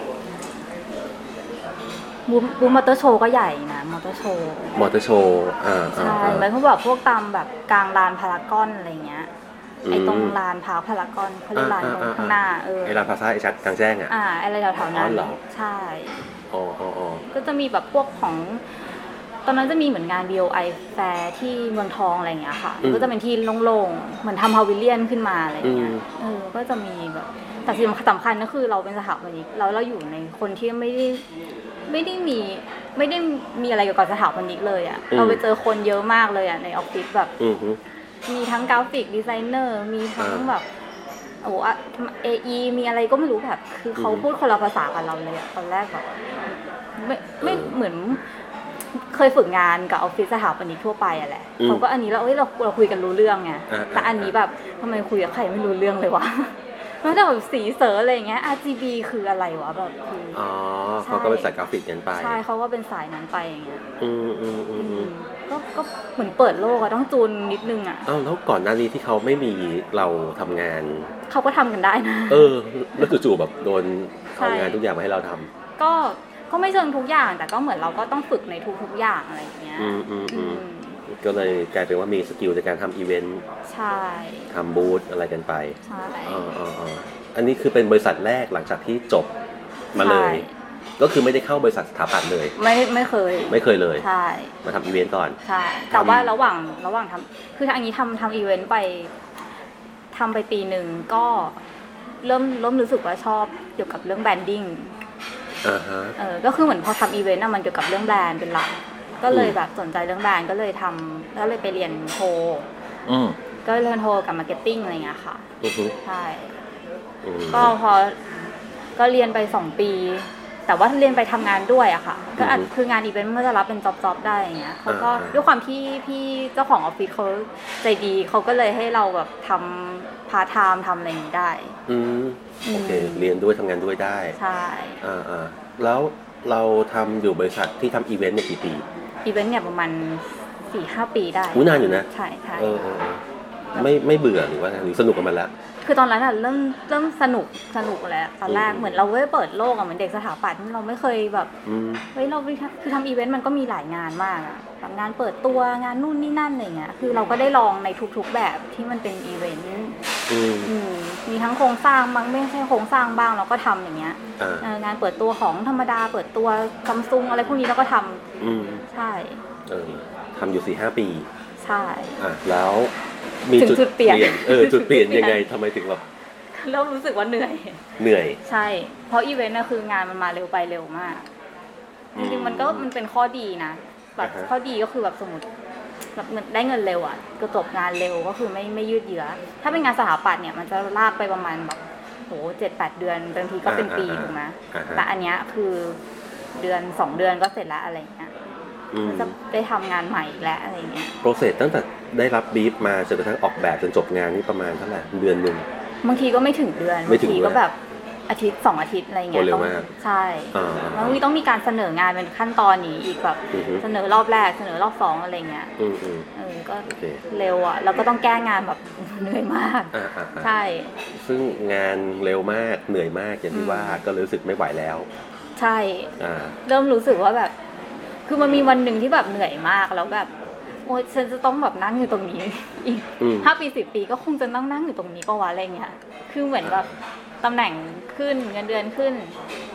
Speaker 2: บูมบูมมอเตอร์โชว์ก็ใหญ่นะมอเตอร์โชว์
Speaker 1: มอเตอร์โชว์ อ่าอ่า
Speaker 2: ใช่
Speaker 1: อ่า
Speaker 2: แล้วพวกแบบพวกตามแบบกลางลานพารากอนอะไรเงี้ย ไอตรงลานพาพารากอนเขาเรียกลานตรงข้างหน้าเออ
Speaker 1: ไอลาพาซ่าไอชัดกลางแจ้งอ่ะ
Speaker 2: อ่าอะไรแถวๆนั้
Speaker 1: อ๋
Speaker 2: น
Speaker 1: อเหรอ
Speaker 2: ใช่
Speaker 1: อ๋ออ๋ออ๋อ
Speaker 2: ก็จะมีแบบพวกของ ตอนนั้นจะมีเหมือนงาน BOI แฟร์ที่เมืองทองอะไรเงี้ยค่ะ ก็จะเป็นที่โล่งๆ เหมือนทำพาวิเลียนขึ้นมาอะไร
Speaker 1: อื
Speaker 2: เงี้
Speaker 1: ม
Speaker 2: ย เออ ก็จะมีแบบแต่สิ่งสำคัญก็คือเราเป็นสถาปนิกเราเราอยู่ในคนที่ไม่ได้ไม่ได้มีไม่ได้มีอะไรเกี่ยวกับสถาปนิกเลยอะเราไปเจอคนเยอะมากเลยอะในออฟฟิศแบบ
Speaker 1: อืมฮึ
Speaker 2: มีทั้งกราฟิกดีไซเนอร์ มีทั้ง
Speaker 1: อ่า
Speaker 2: แบบโอ้เอไอมีอะไรก็ไม่รู้แบบ คือเขา
Speaker 1: อือฮึ
Speaker 2: พูดคนละภาษากับเราเลยอะตอนแรกแบบไม่ไม่
Speaker 1: เออ
Speaker 2: เหมือน เคยฝึกงานกับออฟฟิศสถาปนิกทั่วไปอะแหละ
Speaker 1: อืม
Speaker 2: เขาก็อันนี้แล้วเอ้ยเราเราคุยกันรู้เรื่องไง
Speaker 1: อ่า
Speaker 2: แต่อันนี้แบบทำไมคุยกับใครไม่รู้เรื่องเลยวะ แล้วแต่แบบสีเสออะไรอย่างเงี้ย RGB คืออะไรวะแบบคืออ
Speaker 1: ๋อ
Speaker 2: ใช่
Speaker 1: เขาก็เป็นสายกราฟิกกันไป
Speaker 2: ใช่เขาว่าเป็นสายนั้นไปอย่างเงี้ย
Speaker 1: อืมอืมอืมอืม
Speaker 2: ก็ก็เหมือนเปิดโลกอะต้องจูนนิดนึงอะ
Speaker 1: เอ้าแล้วก่อนหน้านี้ที่เขาไม่มีเราทำงาน
Speaker 2: เขาก็ทำกันได้นะ
Speaker 1: เออ แล้วจู่ๆแบบโดนเอางาน
Speaker 2: ใช่
Speaker 1: ทุกอย่างมาให้เราทำ
Speaker 2: ก็ก็ไม่เชิงทุกอย่างแต่ก็เหมือนเราก็ต้องฝึกในทุกๆอย่างอะไรอย่างเงี้ย
Speaker 1: อืมอืม
Speaker 2: อื
Speaker 1: อืม
Speaker 2: ม
Speaker 1: ก็เลยกลายเป็นว่ามีสกิลในการทำอีเวนต์
Speaker 2: ใช่
Speaker 1: ทำบูธอะไรกันไป
Speaker 2: ใช่
Speaker 1: อ๋ออ๋ออ๋ออันนี้คือเป็นบริษัทแรกหลังจากที่จบมาเลย
Speaker 2: ใช่
Speaker 1: ก็คือไม่ได้เข้าบริษัทสถาปัตย์เลย
Speaker 2: ไม่ไม่เคย
Speaker 1: ไม่เคยเลย
Speaker 2: ใช่
Speaker 1: มาทำอีเวนต์ก่อน
Speaker 2: ใช่แต่ว่า
Speaker 1: ทำ
Speaker 2: ระหว่างระหว่างทำคือทางนี้ทำทำอีเวนต์ไปทำไปปีหนึ่งก็เริ่มเริ่มรู้สึกว่าชอบเกี่ยวกับเรื่องแบรนดิ้ง
Speaker 1: อ่าฮะ
Speaker 2: เออก็คือเหมือนพอทำอีเวนต์น่ะมันเกี่ยวกับเรื่องแบรนด์เป็นหลักก็เลยแบบสนใจเรื่องแบรนด์ก็เลยทำก็เลยไปเรียนโทร
Speaker 1: อืม
Speaker 2: ก็เรียนโทรกับมาร์เก็ตติ้งอะไรอย่างเงี้ยค่ะ
Speaker 1: อือฮึ
Speaker 2: ใช่
Speaker 1: อืม
Speaker 2: ก็พอก็เรียนไปสองปี แต่ว่าเรียนไปทำงานด้วยอะค่ะ ก็อาจ
Speaker 1: อือฮึ
Speaker 2: คืองานอีเวนต์มันก็จะรับเป็นจ็อบๆได้อย่างเงี้ยเขาก็
Speaker 1: อ่าๆ
Speaker 2: ด้วยความที่พี่เจ้าของออฟฟิศเขาใจดีเขาก็เลยให้เราแบบทำพาร์ทไทม์ทำอะไรอย่างนี้ได้
Speaker 1: อืมโอเค
Speaker 2: อืม
Speaker 1: เรียนด้วยทำงานด้วยได้
Speaker 2: ใช่
Speaker 1: อ่าอ่าแล้วเราทำอยู่บริษัทที่ทำอีเวนต์เนี่ยกี่ปี
Speaker 2: อีเวนต์เนี่ยประมาณสี่ห้าปีได้
Speaker 1: อู้นานอยู่นะ
Speaker 2: ใช่ใช่
Speaker 1: เออเออเออ ไม่ไม่เบื่อหรือว่าไงหรือสนุกกับมันละ
Speaker 2: คือตอนนั้นอะเริ่มเริ่มสนุกสนุกแล้วตอนแรก
Speaker 1: อืม
Speaker 2: เหมือนเราได้เปิดโลกอะเหมือนเด็กสถาปัตย์เราไม่เคยแบบ
Speaker 1: อืม
Speaker 2: เฮ้ยเราไปทำคือทำอีเวนต์มันก็มีหลายงานมากอะแบบงานเปิดตัวงานนู่นนี่นั่นอะไรเงี้ยคือเราก็ได้ลองในทุกๆแบบที่มันเป็นอีเวนต์
Speaker 1: อืม
Speaker 2: อืมมีทั้งโครงสร้างบางไม่ใช่โครงสร้างบ้างเราก็ทำอย่างเงี้ย
Speaker 1: อ่า
Speaker 2: เอองานเปิดตัวของธรรมดาเปิดตัวซัมซุงอะไรพวกนี้เราก็ทำ
Speaker 1: อืม
Speaker 2: ใช่
Speaker 1: เออทำอยู่สี่ห้าปี
Speaker 2: ใช่
Speaker 1: อ่ะแล้วมี
Speaker 2: ถึงจุดเปลี่ยน
Speaker 1: เอ อจุดเปลี่ยน
Speaker 2: จุดเปลี่
Speaker 1: ยั
Speaker 2: ยน
Speaker 1: งไงทำไมถึงแบบ
Speaker 2: เริ่มรู้สึกว่าเหนื่อย
Speaker 1: เหนื่อย
Speaker 2: ใช่ เพราะอีเวนต์น่ะคืองานมันมาเร็วไปเร็วมาก จริงๆมันก็มันเป็นข้อดีนะแบบ
Speaker 1: อ่าฮะ
Speaker 2: ข้อดีก็คือแบบสมมติแบบเหมือนได้เงินเร็วอ่ะก็จบงานเร็วก็คือไม่ไม่ยืดเยื้อถ้าเป็นงานสถาปัตย์เนี่ยมันจะลากไปประมาณแบบโหเจ็ดแปดเดือนบางทีก็เป็นปีถูกไหม
Speaker 1: อ่าฮะ
Speaker 2: แต่อันเนี้ยคือเดือนสองเดือนก็เสร็จละอะไรอย่างเงี้ย
Speaker 1: อืม
Speaker 2: มันจะได้ทำงานใหม่อีกแล้วอะไรอย่างเงี้ย
Speaker 1: โปรเซสตั้งแต่ได้รับบรีฟมาจนกระทั่งออกแบบจนจบงานนี่ประมาณเท่าไหร่เดือนหนึ่ง
Speaker 2: บางทีก็ไม่ถึงเดือน
Speaker 1: ไม่
Speaker 2: บาง
Speaker 1: ถึง
Speaker 2: ที
Speaker 1: เดือน
Speaker 2: ก็แบบอาทิตย์สองอาทิตย์อะไรอย่างเงี้ย
Speaker 1: โอ้เร็ว
Speaker 2: ต้อง
Speaker 1: มาก
Speaker 2: ใช่
Speaker 1: อ่า
Speaker 2: แล้วมันต้องมีการเสนองานเป็นขั้นตอนนี้อีกแบบ
Speaker 1: อือฮึ
Speaker 2: เสนอรอบแรกเสนอรอบสองอะไรเงี้ย
Speaker 1: อืมอืม
Speaker 2: เออก็
Speaker 1: โอเค
Speaker 2: เร็วอ่ะแล้วก็ต้องแก้งานแบบ เหนื่อยมาก
Speaker 1: อ่าอ่าอ่า
Speaker 2: ใช่
Speaker 1: ซึ่งงานเร็วมากเหนื่อยมากอย่างที่ว่า
Speaker 2: อืม
Speaker 1: ก็เลยรู้สึกไม่ไหวแล้ว
Speaker 2: ใช่
Speaker 1: อ่า
Speaker 2: เริ่มรู้สึกว่าแบบ คือมันมีวันหนึ่งที่แบบเหนื่อยมากแล้วแบบโอ้ยฉันจะต้องแบบนั่งอยู่ตรงนี้ อีก
Speaker 1: อืม
Speaker 2: ห้าปีสิบปีก็คงจะนั่งนั่งอยู่ตรงนี้ก็วะอะไรเงี้ยคือเหมือนแบบตำแหน่งขึ้นเงินเดือนขึ้น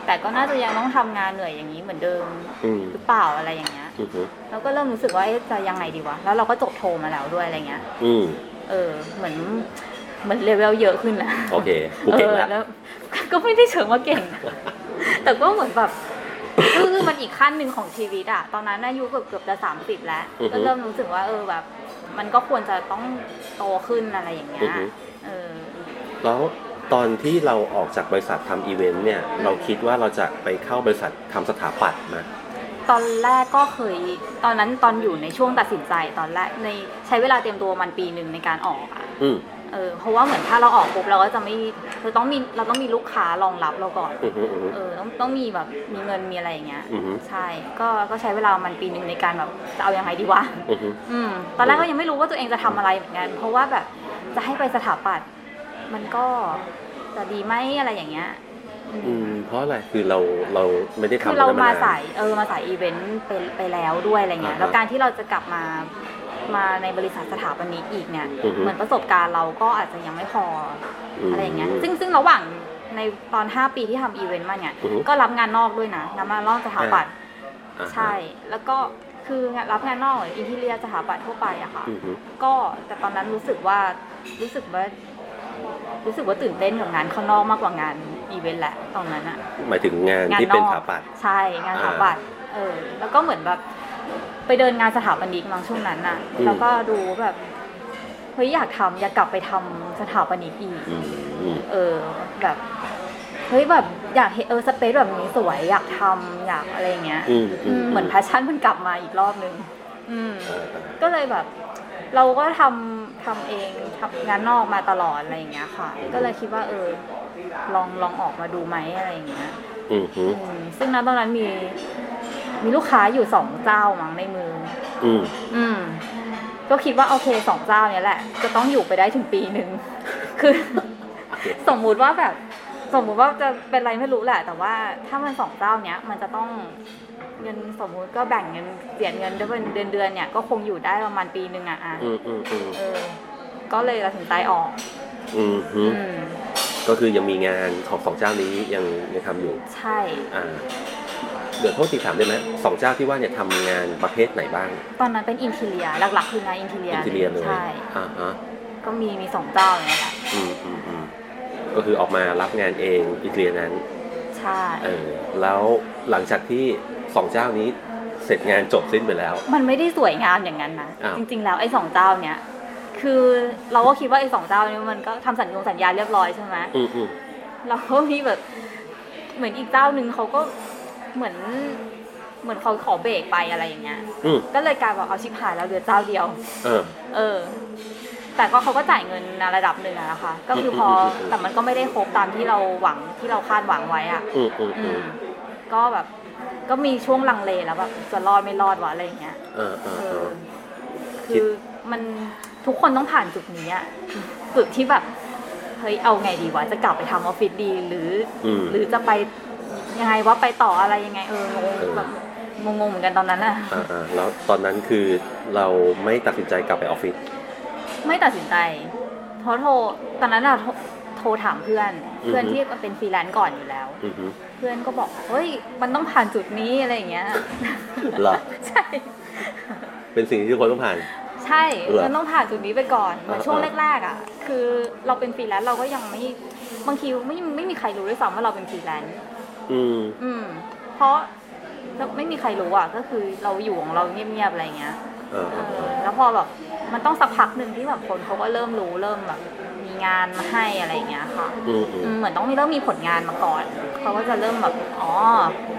Speaker 2: แต่ก็น่าจะยังต้องทำงานเหนื่อยอย่างนี้เหมือนเดิม
Speaker 1: อืม
Speaker 2: หรือเปล่าอะไรอย่างเงี้ย
Speaker 1: อืมอืม
Speaker 2: แล้วก็เริ่มรู้สึกว่าเอ๊ะจะยังไงดีวะแล้วเราก็จบโทมาแล้วด้วยอะไรเงี้ย
Speaker 1: อืม
Speaker 2: เออเหมือนเหมือนเลเวลเยอะขึ้นแล้ว
Speaker 1: โอเคกูเก่งละ
Speaker 2: ออว ก็ไม่ได้เชิงว่าเก่ง นะแต่ก็เหมือนแบบคือคือมันอีกขั้นหนึ่งของชีวิตอะตอนนั้นอายุเกือบเกือบจะสามสิบแล้ว
Speaker 1: อือฮึ
Speaker 2: ก็เริ่มรู้สึกว่า เออแบบ มันก็ควรจะต้องโตขึ้นอะไรอย่างเงี้
Speaker 1: อื
Speaker 2: ย
Speaker 1: อฮึ
Speaker 2: เออ
Speaker 1: แล้วตอนที่เราออกจากบริษัททำอีเวนต์เนี่ยเราคิดว่าเราจะไปเข้าบริษัททำสถาปัตย์ไหม
Speaker 2: ตอนแรกก็เคย ตอนนั้นตอนอยู่ในช่วงตัดสินใจตอนแรกในใช้เวลาเตรียมตัวประมันปีหนึ่งในการออกอะ
Speaker 1: อืม
Speaker 2: เออเพราะว่าเหมือนถ้าเราออกปุ๊บเราก็จะไม่เราต้องมีเราต้องมีลูกค้ารองรับเราก่อน
Speaker 1: อืมอืมอืม
Speaker 2: เออต้องต้องมีแบบมีเงินมีอะไรอย่างเงี้ย
Speaker 1: อืมอืม
Speaker 2: ใช่ ก็ ก็ใช้เวลามันปีหนึ่งในการแบบจะเอายังไงดีวะ
Speaker 1: อืมอืม
Speaker 2: อืม ตอนแรกก็ยังไม่รู้ว่าตัวเองจะทำอะไรเหมือนกัน เพราะว่าแบบจะให้ไปสถาปัตย์มันก็จะดีไหมอะไรอย่างเงี้ยอืม
Speaker 1: อืมเพราะอะไรคือเราเราไม่ได้ทำ
Speaker 2: คือเรา
Speaker 1: นน
Speaker 2: มาสาย เออ มาสายอีเวนต์ไปไปแล้วด้วยอะไรเงี้ย
Speaker 1: อ่าฮะ
Speaker 2: แล้วการที่เราจะกลับมา มาในบริษัทสถาปนิกอีกเนี่ย
Speaker 1: อือฮึ
Speaker 2: เหมือนประสบการณ์เราก็อาจจะยังไม่พอ
Speaker 1: ม
Speaker 2: อะไรอย่างเงี้ย ซึ่งซึ่งระหว่างในตอน 5 ปีที่ทำอีเวนต์มาเนี่ย
Speaker 1: อือฮึ
Speaker 2: ก็รับงานนอกด้วยนะรับงานนอกสถาปัตย
Speaker 1: อ่าฮะ
Speaker 2: ใช่ แล้วก็คืองานรับงานนอกหรืออินทีเรียสถาปัตย์ทั่วไปอะค่ะ
Speaker 1: อืมอืม
Speaker 2: ก็แต่ตอนนั้นรู้สึกว่ารู้สึกว่ารู้สึกว่าตื่นเต้นกับงานข้างนอกมากกว่างานอีเวนต์แหละตอนนั้นอะ
Speaker 1: หมายถึงงาน
Speaker 2: งาน
Speaker 1: ที่
Speaker 2: น
Speaker 1: เป็น
Speaker 2: อก
Speaker 1: สถาปัตย์
Speaker 2: ใช่งานสถาปัตย์เออ แล้วก็เหมือนแบบไปเดินงานสถาปนิกบางช่วงนั้นอะ
Speaker 1: อืม
Speaker 2: แล้วก็ดูแบบเฮ้ยอยากทำอยากกลับไปทำสถาปนิกอีก
Speaker 1: อืมอืม
Speaker 2: เออแบบเฮ้ยแบบอยากเห็นเออสเปซแบบนี้สวยอยากทำอยากอะไรอย่างเงี้ย
Speaker 1: อืม
Speaker 2: อืมเหมือน
Speaker 1: เ
Speaker 2: แพชชั่นมันกลับมาอีกรอบนึงอืม
Speaker 1: ออ
Speaker 2: ก็เลยแบบ เราก็ทำทำเองทำงานนอกมาตลอดอะไรอย่างเงี้ยค่ะ ก็เลยคิดว่าเออ ลองลองออกมาดูไหมอะไรอย่างเงี้ย
Speaker 1: อืมอื
Speaker 2: อื
Speaker 1: ม
Speaker 2: มซึ่งณตอนนั้นมี มีลูกค้าอยู่สองเจ้ามั้งในมือ
Speaker 1: อืม
Speaker 2: อืม ก็คิดว่าโอเคสองเจ้าเนี้ยแหละ จะต้องอยู่ไปได้ถึงปีหนึ่ง คือ สมมุติว่าแบบ สมมุติว่าจะเป็นอะไรไม่รู้แหละ แต่ว่าถ้ามันสองเจ้าเนี้ย มันจะต้องเงินสมมุติก็แบ่งเงินเสียเงินด้วยเป็นเดือนเดือนๆเนี่ยก็คงอยู่ได้ประมาณปีหนึ่งอ่ะอ่ะ
Speaker 1: อืมอืมอืม
Speaker 2: เออ ก็เลยตัดสินใจออก
Speaker 1: อืมอื
Speaker 2: อื
Speaker 1: ม
Speaker 2: ม
Speaker 1: ก็คือยังมีงานของสองเจ้านี้ยังยังทำอยู่
Speaker 2: ใช่
Speaker 1: อ่า เดี๋ยวโทษทีถามได้ไหมสองเจ้าที่ว่าเนี่ยทำงานประเภทไหนบ้าง
Speaker 2: ตอนนั้นเป็นอินเทียหลักๆคืองานอินเทีย
Speaker 1: อินเทเรียเลย
Speaker 2: ใช่
Speaker 1: อ่าฮะ
Speaker 2: ก็มีมีสองเจ้าเนี้ยแหละ
Speaker 1: อืมอืมอืมก็คือออกมารับงานเองอินเทเรียนั้น
Speaker 2: ใช่
Speaker 1: เออ แล้วหลังจากที่สองเจ้านี้เสร็จงานจบสิ้นไปแล้ว
Speaker 2: มันไม่ได้สวยงามอย่างนั้นนะ
Speaker 1: อ้าว
Speaker 2: จริง ๆ แล้วไอ้สองเจ้าเนี้ยคือเราก็คิดว่าไอ้สองเจ้าเนี้มันก็ทำสัญญงสัญญาเรียบร้อยใช่ไหม
Speaker 1: อืมอืม
Speaker 2: เราก็มีแบบเหมือนอีกเจ้าหนึ่งเขาก็เหมือน เหมือนเขาขอเบรกไปอะไรอย่างเงี้ย
Speaker 1: อืม
Speaker 2: ก็เลยกลายแบบเอาชิบหายแล้วเหลือเจ้าเดียว
Speaker 1: เออ
Speaker 2: เออ แต่ก็เขาก็จ่ายเงินระดับหนึ่งอะนะคะ ก็คือพอ
Speaker 1: อืมอืมอืม
Speaker 2: แต่มันก็ไม่ได้ครบตามที่เราหวังที่เราคาดหวังไว้อะ
Speaker 1: อืมอืม
Speaker 2: อื
Speaker 1: อื
Speaker 2: ม
Speaker 1: ม
Speaker 2: ก็แบบ ก็มีช่วงลังเลแล้วแบบจะรอดไม่รอดวะอะไรอย่างเงี้ย
Speaker 1: เออเออ
Speaker 2: เอ
Speaker 1: เอ
Speaker 2: อ
Speaker 1: อ
Speaker 2: คือมัน ทุกคนต้องผ่านจุดนี้อะจุดที่แบบเฮ้ยเอาไงดีวะจะกลับไปทำออฟฟิศดีหรืออ
Speaker 1: ม
Speaker 2: หรือจะไปยังไงว่าไปต่ออะไรยังไงเอองงแบบงงๆเหมือนกันตอนนั้นอะ
Speaker 1: อ่าอ่าแล้วตอนนั้นคือเราไม่ตัดสินใจกลับไปออฟฟิศ
Speaker 2: ไม่ตัดสินใจเพราะโทรตอนนั้นอะโทรโทรถามเพื่อน เพื่อนที่เป็นฟรีแลนซ์ก่อนอยู่แล้ว
Speaker 1: อือฮึ
Speaker 2: เพื่อนก็บอกเฮ้ยมันต้องผ่านจุดนี้อะไรอย่างเงี้ย
Speaker 1: เหรอ
Speaker 2: ใช่
Speaker 1: เป็นสิ่งที่ทุกคนต้องผ่าน
Speaker 2: ใช่
Speaker 1: เหรอ
Speaker 2: มันต้องผ่านจุดนี้ไปก่อนเหมือน
Speaker 1: อ่า
Speaker 2: ช่วง
Speaker 1: อ่า
Speaker 2: แรกๆอ่ะ คือเราเป็นฟรีแลนซ์เราก็ยังไม่บางทีไม่ไม่มีใครรู้ด้วยซ้ำว่าเราเป็นฟรีแลนซ์
Speaker 1: อืม
Speaker 2: อืม เพราะแล้วไม่มีใครรู้อ่ะก็คือเราอยู่ของเราเงียบๆอะไรอย่างเงี้ย
Speaker 1: อ่า
Speaker 2: เอ
Speaker 1: อ่า
Speaker 2: อ
Speaker 1: อ่า
Speaker 2: แล้วพอแบบมันต้องสักพักหนึ่งที่แบบคนเขาก็เริ่มรู้เริ่มแบบ มีงานมาให้อะไรอย่างเงี้ยค่ะ
Speaker 1: อืมอืม
Speaker 2: อืมเหมือนต้องมีเริ่มมีผลงานมาก่อนเขาก็จะเริ่มแบบอ๋อ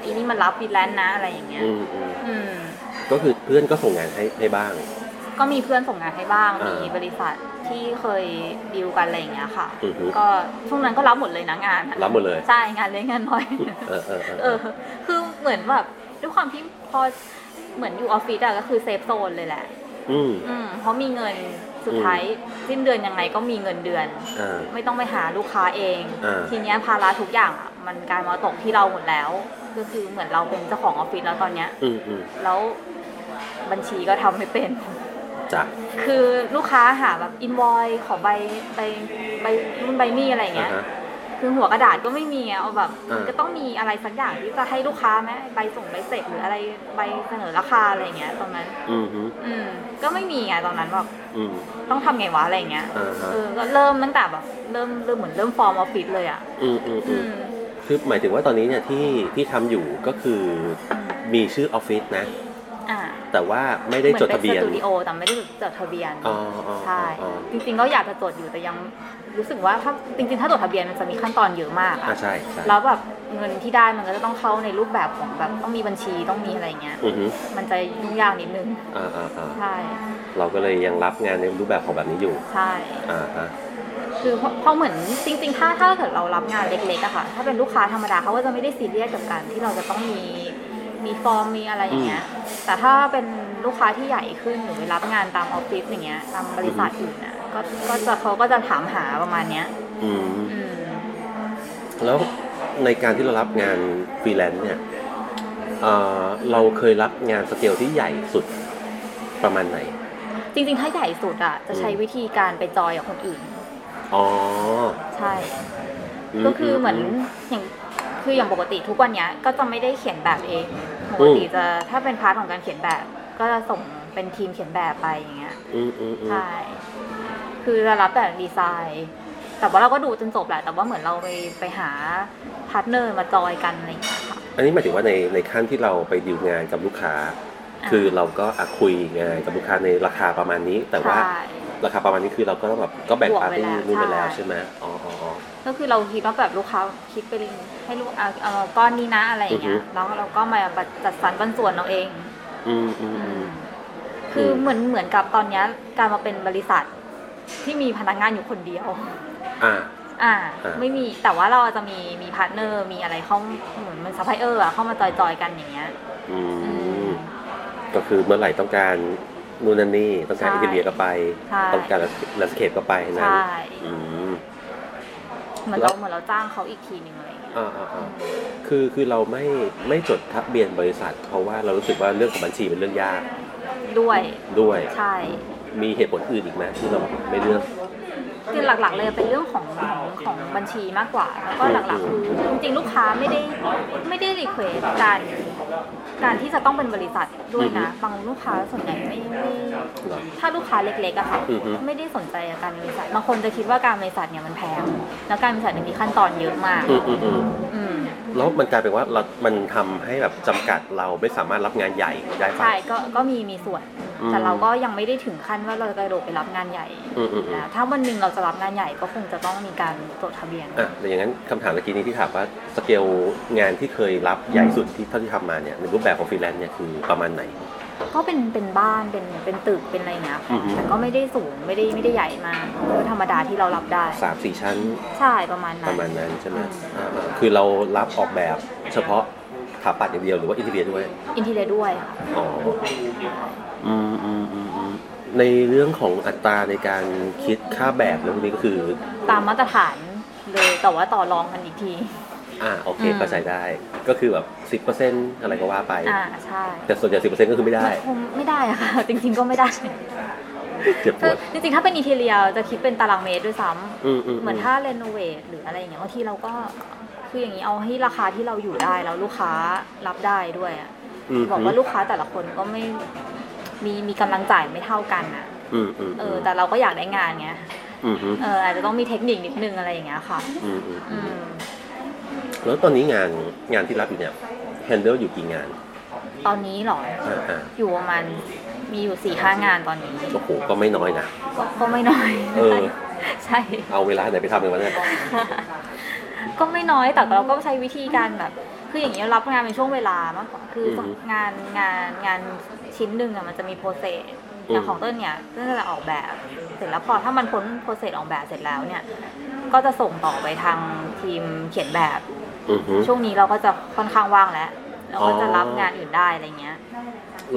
Speaker 2: อีนี่มันรับฟรีแลนซ์นะอะไรอย่างเงี้ย
Speaker 1: อืมอืม
Speaker 2: อืม
Speaker 1: ก็คือเพื่อนก็ส่งงานให้ให้บ้าง
Speaker 2: ก็มีเพื่อนส่งงานให้บ้าง
Speaker 1: อ่ามี
Speaker 2: มีบริษัทที่เคยดีลกันอะไรอย่างเงี้ยค่ะ
Speaker 1: อือฮึ
Speaker 2: ก็ช่วงนั้นก็รับหมดเลยนะงานอะ
Speaker 1: รับหมดเลย
Speaker 2: ใช่ งานเล็กงานน้อย
Speaker 1: เออเออเออ
Speaker 2: เออ คือเหมือนแบบด้วยความที่พอเหมือนอยู่ออฟฟิศอะก็คือเซฟโซนเลยแหละ
Speaker 1: อืม
Speaker 2: อืมเพราะมีเงินสุดท้ายสิ้นเดือนยังไงก็มีเงินเดือน
Speaker 1: อ่า
Speaker 2: ไม่ต้องไปหาลูกค้าเอง
Speaker 1: อ่า
Speaker 2: ทีเนี้ยภาระทุกอย่างอะมันกลายมาตกที่เราหมดแล้ว ก็คือเหมือนเราเป็นเจ้าของออฟฟิศแล้วตอนเนี้ย
Speaker 1: อืมอืม
Speaker 2: แล้วบัญชีก็ทำไม่เป็น
Speaker 1: จ้ะ
Speaker 2: คือลูกค้าหาแบบอินวอยขอใบใบใบนู่นใบนี่อะไรอย่างเงี้ย
Speaker 1: อ่าฮะ
Speaker 2: คือหัวกระดาษก็ไม่มีอะเอาแบบ
Speaker 1: อ่ามั
Speaker 2: นก็ต้องมีอะไรสักอย่างที่จะให้ลูกค้าไหมใบส่งใบเสร็จหรืออะไรใบเสนอราคาอะไรอย่างเงี้ยตอนนั้น
Speaker 1: อืมฮึ
Speaker 2: อืมก็ไม่มีไงตอนนั้นแบบ
Speaker 1: อืม
Speaker 2: ต้องทำไงวะอะไรอย่างเงี้ย
Speaker 1: อ่าฮะ
Speaker 2: เออก็เริ่มตั้งแต่แบบเริ่มเริ่มเหมือนเริ่มฟอร์มออฟฟิศเลยอ่ะ
Speaker 1: อืมอืมอื
Speaker 2: อื
Speaker 1: ม
Speaker 2: ม
Speaker 1: คือหมายถึงว่าตอนนี้เนี่ยที่ที่ทำอยู่ก็คือมีชื่อออฟฟิศนะ
Speaker 2: อ่า
Speaker 1: แต่ว่าไม่ได้จดทะเบียน
Speaker 2: หมือนป็นสตูดิโอแต่ไม่ได้จดทะเบียน
Speaker 1: อ๋ออ๋ออ๋อ
Speaker 2: ใช่
Speaker 1: อ๋อ
Speaker 2: จริงๆก็อยากจะจดอยู่แต่ยังรู้สึกว่าถ้าจริงๆ ถ้าจดทะเบียนมันจะมีขั้นตอนเยอะมากอะ
Speaker 1: อ่าใช่ใช่
Speaker 2: แล้วแบบเงินที่ได้มันก็จะต้องเข้าในรูปแบบของแบบต้องมีบัญชีต้องมีอะไรเงี้ย
Speaker 1: อือฮึ
Speaker 2: มันจะยุ่งยากนิดนึง
Speaker 1: อ่าอ่าอ่า
Speaker 2: ใช่
Speaker 1: เราก็เลยยังรับงานในรูปแบบของแบบนี้อยู่
Speaker 2: ใช่
Speaker 1: อ่าฮะ
Speaker 2: คือเพราะเพราะเหมือนจริง ๆ ถ้าถ้าเกิดเรารับงานเล็กๆอะค่ะ ถ้าเป็นลูกค้าธรรมดาเขาก็จะไม่ได้ซีเรียสกับการที่เราจะต้องมีมีฟอร์มมีอะไรอย่างเงี้ย แต่ถ้าเป็นลูกค้าที่ใหญ่ขึ้นหรือไปรับงานตามออฟฟิศอย่างเงี้ยตามบริษัทอื่นนะก็ก็จะเขาก็จะถามหาประมาณเนี้ย
Speaker 1: อืม
Speaker 2: อืม
Speaker 1: แล้วในการที่เรารับงานฟรีแลนซ์เนี่ยเอ่อเราเคยรับงานสเกลที่ใหญ่สุดประมาณไหน
Speaker 2: จริงๆ ถ้าใหญ่สุดอะจะใช้
Speaker 1: อืม
Speaker 2: วิธีการไปจอยกับคนอื่น
Speaker 1: อ๋อ
Speaker 2: ใช่ ก็คือเหมือนอย่างคืออย่างปกติทุกวันเนี้ยก็จะไม่ได้เขียนแบบเองปกติจะถ้าเป็นพาร์ทของการเขียนแบบ ก็จะส่งเป็นทีมเขียนแบบไปอย่างเงี้ย
Speaker 1: อืมอืมอืม
Speaker 2: ใช่คือจะรับแต่ดีไซน์ แต่ว่าเราก็ดูจนจบแหละแต่ว่าเหมือนเราไปไปหาพาร์ทเนอร์มาจอยกันอะไรอย่างเงี้ยค่ะ
Speaker 1: อันนี้หมายถึงว่าในในขั้นที่เราไปดีลงานกับลูกค้า
Speaker 2: ะ
Speaker 1: คือเราก็อะคุยงานกับลูกค้าในราคาประมาณนี้ แต่ว่า
Speaker 2: ใช่
Speaker 1: ราคาประมาณนี้คือเราก็ต้องแบบก็แบ่ง
Speaker 2: บวก
Speaker 1: ปาร์
Speaker 2: ไป
Speaker 1: ตี้
Speaker 2: แล้ว
Speaker 1: นู่นไปแล้ว
Speaker 2: ใช่
Speaker 1: ใช่ไหมอ๋ออ๋ออ๋อ
Speaker 2: ก็คือเราคิดว่าแบบลูกค้าคิดไปให้ลูกเอาเอาก้อนนี้นะอะไรอย่างเงี้
Speaker 1: อื
Speaker 2: ย
Speaker 1: อฮึ
Speaker 2: แล้วเราก็มาจัดสรรบรรส่วนเราเอง
Speaker 1: อืมอืมอืม
Speaker 2: คือ
Speaker 1: ม
Speaker 2: เหมือนเหมือนกับตอนเนี้ยการมาเป็นบริษัทที่มีพนักงานอยู่คนเดียว
Speaker 1: อ่า
Speaker 2: อ่า
Speaker 1: อ่า
Speaker 2: ไม่มีแต่ว่าเราจะมีมีพาร์ทเนอร์มีอะไรเข้าเหมือนมันซัพพลายเออร์อะเข้ามาจอยจอยๆกันอย่างเงี้ย
Speaker 1: อื
Speaker 2: อื
Speaker 1: ม
Speaker 2: ม
Speaker 1: ก็คือเมื่อไหร่ต้องการนู่นนั่นนี่ต้องการ
Speaker 2: ใช่
Speaker 1: อินเทเรียก็ไป
Speaker 2: ใช่
Speaker 1: ต้องการลันสเคปก็ไปนั้น
Speaker 2: ใช่
Speaker 1: อืม
Speaker 2: เหมือน
Speaker 1: แล้ว
Speaker 2: เราเหมือนเราจ้างเขาอีกทีหนึ่งอะไรอย่างเงี้ย
Speaker 1: อ่าอ่าอ่าคือคือเราไม่ไม่จดทะเบียนบริษัท เพราะว่าเรารู้สึกว่าเรื่องของบัญชีเป็นเรื่องยาก
Speaker 2: ด้วย
Speaker 1: ด้วย
Speaker 2: ใช่
Speaker 1: มีเหตุผลอื่นอีกไหมที่เราไม่เลือก
Speaker 2: คือหลักๆเลยเป็นเรื่องของของของบัญชีมากกว่า แล้วก็หลักๆคือจริงๆลูกค้าไม่ได้ไม่ได้รีเควสการการที่จะต้องเป็นบริษัทด้วยนะบางลูกค้าส่วนใหญ่ไม่ไม่
Speaker 1: เหรอ
Speaker 2: ถ้าลูกค้าเล็กๆอะค่ะ
Speaker 1: อือฮึ
Speaker 2: ไม่ได้สนใจกับการบริษัทบางคนจะคิดว่าการบริษัทเนี่ยมันแพงแล้วการบริษัทมันมีขั้นตอนเยอะมาก
Speaker 1: อืมอืมอืม
Speaker 2: อืม
Speaker 1: แล้วมันกลายเป็นว่าเรา มันทำให้แบบจำกัดเราไม่สามารถรับงานใหญ่ได้ปะ
Speaker 2: ใช่ก็ก็มีมีส่วน
Speaker 1: อืม
Speaker 2: แต่เราก็ยังไม่ได้ถึงขั้นว่าเราจะกระโดดไปรับงานใหญ่
Speaker 1: อืมอืมอืม
Speaker 2: นะถ้าวันหนึ่งเราจะรับงานใหญ่ก็คงจะต้องมีการจดทะเบียน
Speaker 1: อ่ะแต่อย่างนั้นคำถามเมื่อกี้นี้ที่ถามว่าสเกลงานที่เคยรับใหญ่สุดที่เท่าที่ทำมาเนี่ยในรูปแบบของฟรีแลนซ์เนี่ยคือประมาณไหน
Speaker 2: ก็เป็นเป็นบ้านเป็นเป็นตึกเป็นอะไรอย่างเงี้ย
Speaker 1: อื
Speaker 2: ค่ะ
Speaker 1: อฮึ
Speaker 2: แต่ก็ไม่ได้สูงไม่ได้ไม่ได้ใหญ่มากก็ธรรมดาที่เรารับได้
Speaker 1: สามสี่ชั้น
Speaker 2: ใช่ประมาณ
Speaker 1: ป
Speaker 2: นั้
Speaker 1: ระ
Speaker 2: น
Speaker 1: มาณนั้นใช่ไหมอ่าอ่าคือเรารับออกแบบเฉพาะสถาปัตย์อย่างเดียวหรือว่าอินเทเรียด้วย
Speaker 2: อินทีเรียด้วยค่ะ
Speaker 1: อ๋อ อืมอืมอืมอืมในเรื่องของอัตราในการคิดค่าแบบแล้วพวกนี้ก็คือ
Speaker 2: ตามมาตรฐานเลยแต่ว่าต่อรองกันอีกที
Speaker 1: อ่าโอเค
Speaker 2: อืม
Speaker 1: เข้าใจได้ ก็คือแบบสิบเปอร์เซ็นต์อะไรก็ว่าไป
Speaker 2: อ่าใช่
Speaker 1: แต่ส่วนใหญ่สิบเปอร์เซ็นต์ก็คือไม่ได้
Speaker 2: มันคงไม่ได้อะค่ะ จริง ๆ ก็ไม่ ได้
Speaker 1: เจ็บป
Speaker 2: ถ้าว
Speaker 1: ด
Speaker 2: จริงๆ ถ้าเป็นอินเทเรียจะคิดเป็นตารางเมตรด้วยซ้ำ
Speaker 1: อืมอืม
Speaker 2: เหมือนถ้าเรโนเวทหรืออะไรอย่างเงี้ยบางทีเราก็คืออย่างนี้เอาให้ราคาที่เราอยู่ได้แล้วลูกค้ารับได้ด้วยอะ
Speaker 1: ม
Speaker 2: บอกว่าลูกค้าแต่ละคนก็ไม่มีมีกำลังจ่ายไม่เท่ากันอ่ะ
Speaker 1: อืมอืม
Speaker 2: เออแต่เราก็อยากได้งานไง
Speaker 1: อืมอืม
Speaker 2: เอออาจจะต้องมีเทคนิคนิดนึงอะไรอย่างเงี้ยค่ะ
Speaker 1: อืมอืม
Speaker 2: อื
Speaker 1: อืม
Speaker 2: ม
Speaker 1: แล้วตอนนี้งานงานที่รับอยู่เนี่ยแฮนเดิลอยู่กี่งาน
Speaker 2: ตอนนี้เหรอ
Speaker 1: อ่าอ่า
Speaker 2: อยู่ประมาณมีอยู่สี่ห้างานตอนนี้
Speaker 1: โอ้โหก็ไม่น้อยนะ
Speaker 2: ก็ก็ไม่น้อย
Speaker 1: เออ
Speaker 2: ใช่
Speaker 1: เอาเวลาไหนไปทำกันวะเนี่ย
Speaker 2: ก็ไม่น้อยแต่เราก็ใช้วิธีการแบบคืออย่างเงี้ยรับงานเป็นช่วงเวลามากกว่าคือองานงานงานชิ้นหนึ่งอะมันจะมีโปรเซสอย่างของเต้นเนี่ยเต้นจะออกแบบเสร็จแล้วพอถ้ามันพ้นโปรเซสออกแบบเสร็จแล้วเนี่ยก็จะส่งต่อไปทางทีมเขียนแบบ
Speaker 1: อือหือ
Speaker 2: ช่วงนี้เราก็จะค่อนข้างว่างแล้วเราก็จะรับ
Speaker 1: อ๋อ
Speaker 2: งานอื่นได้อะไรเงี้ย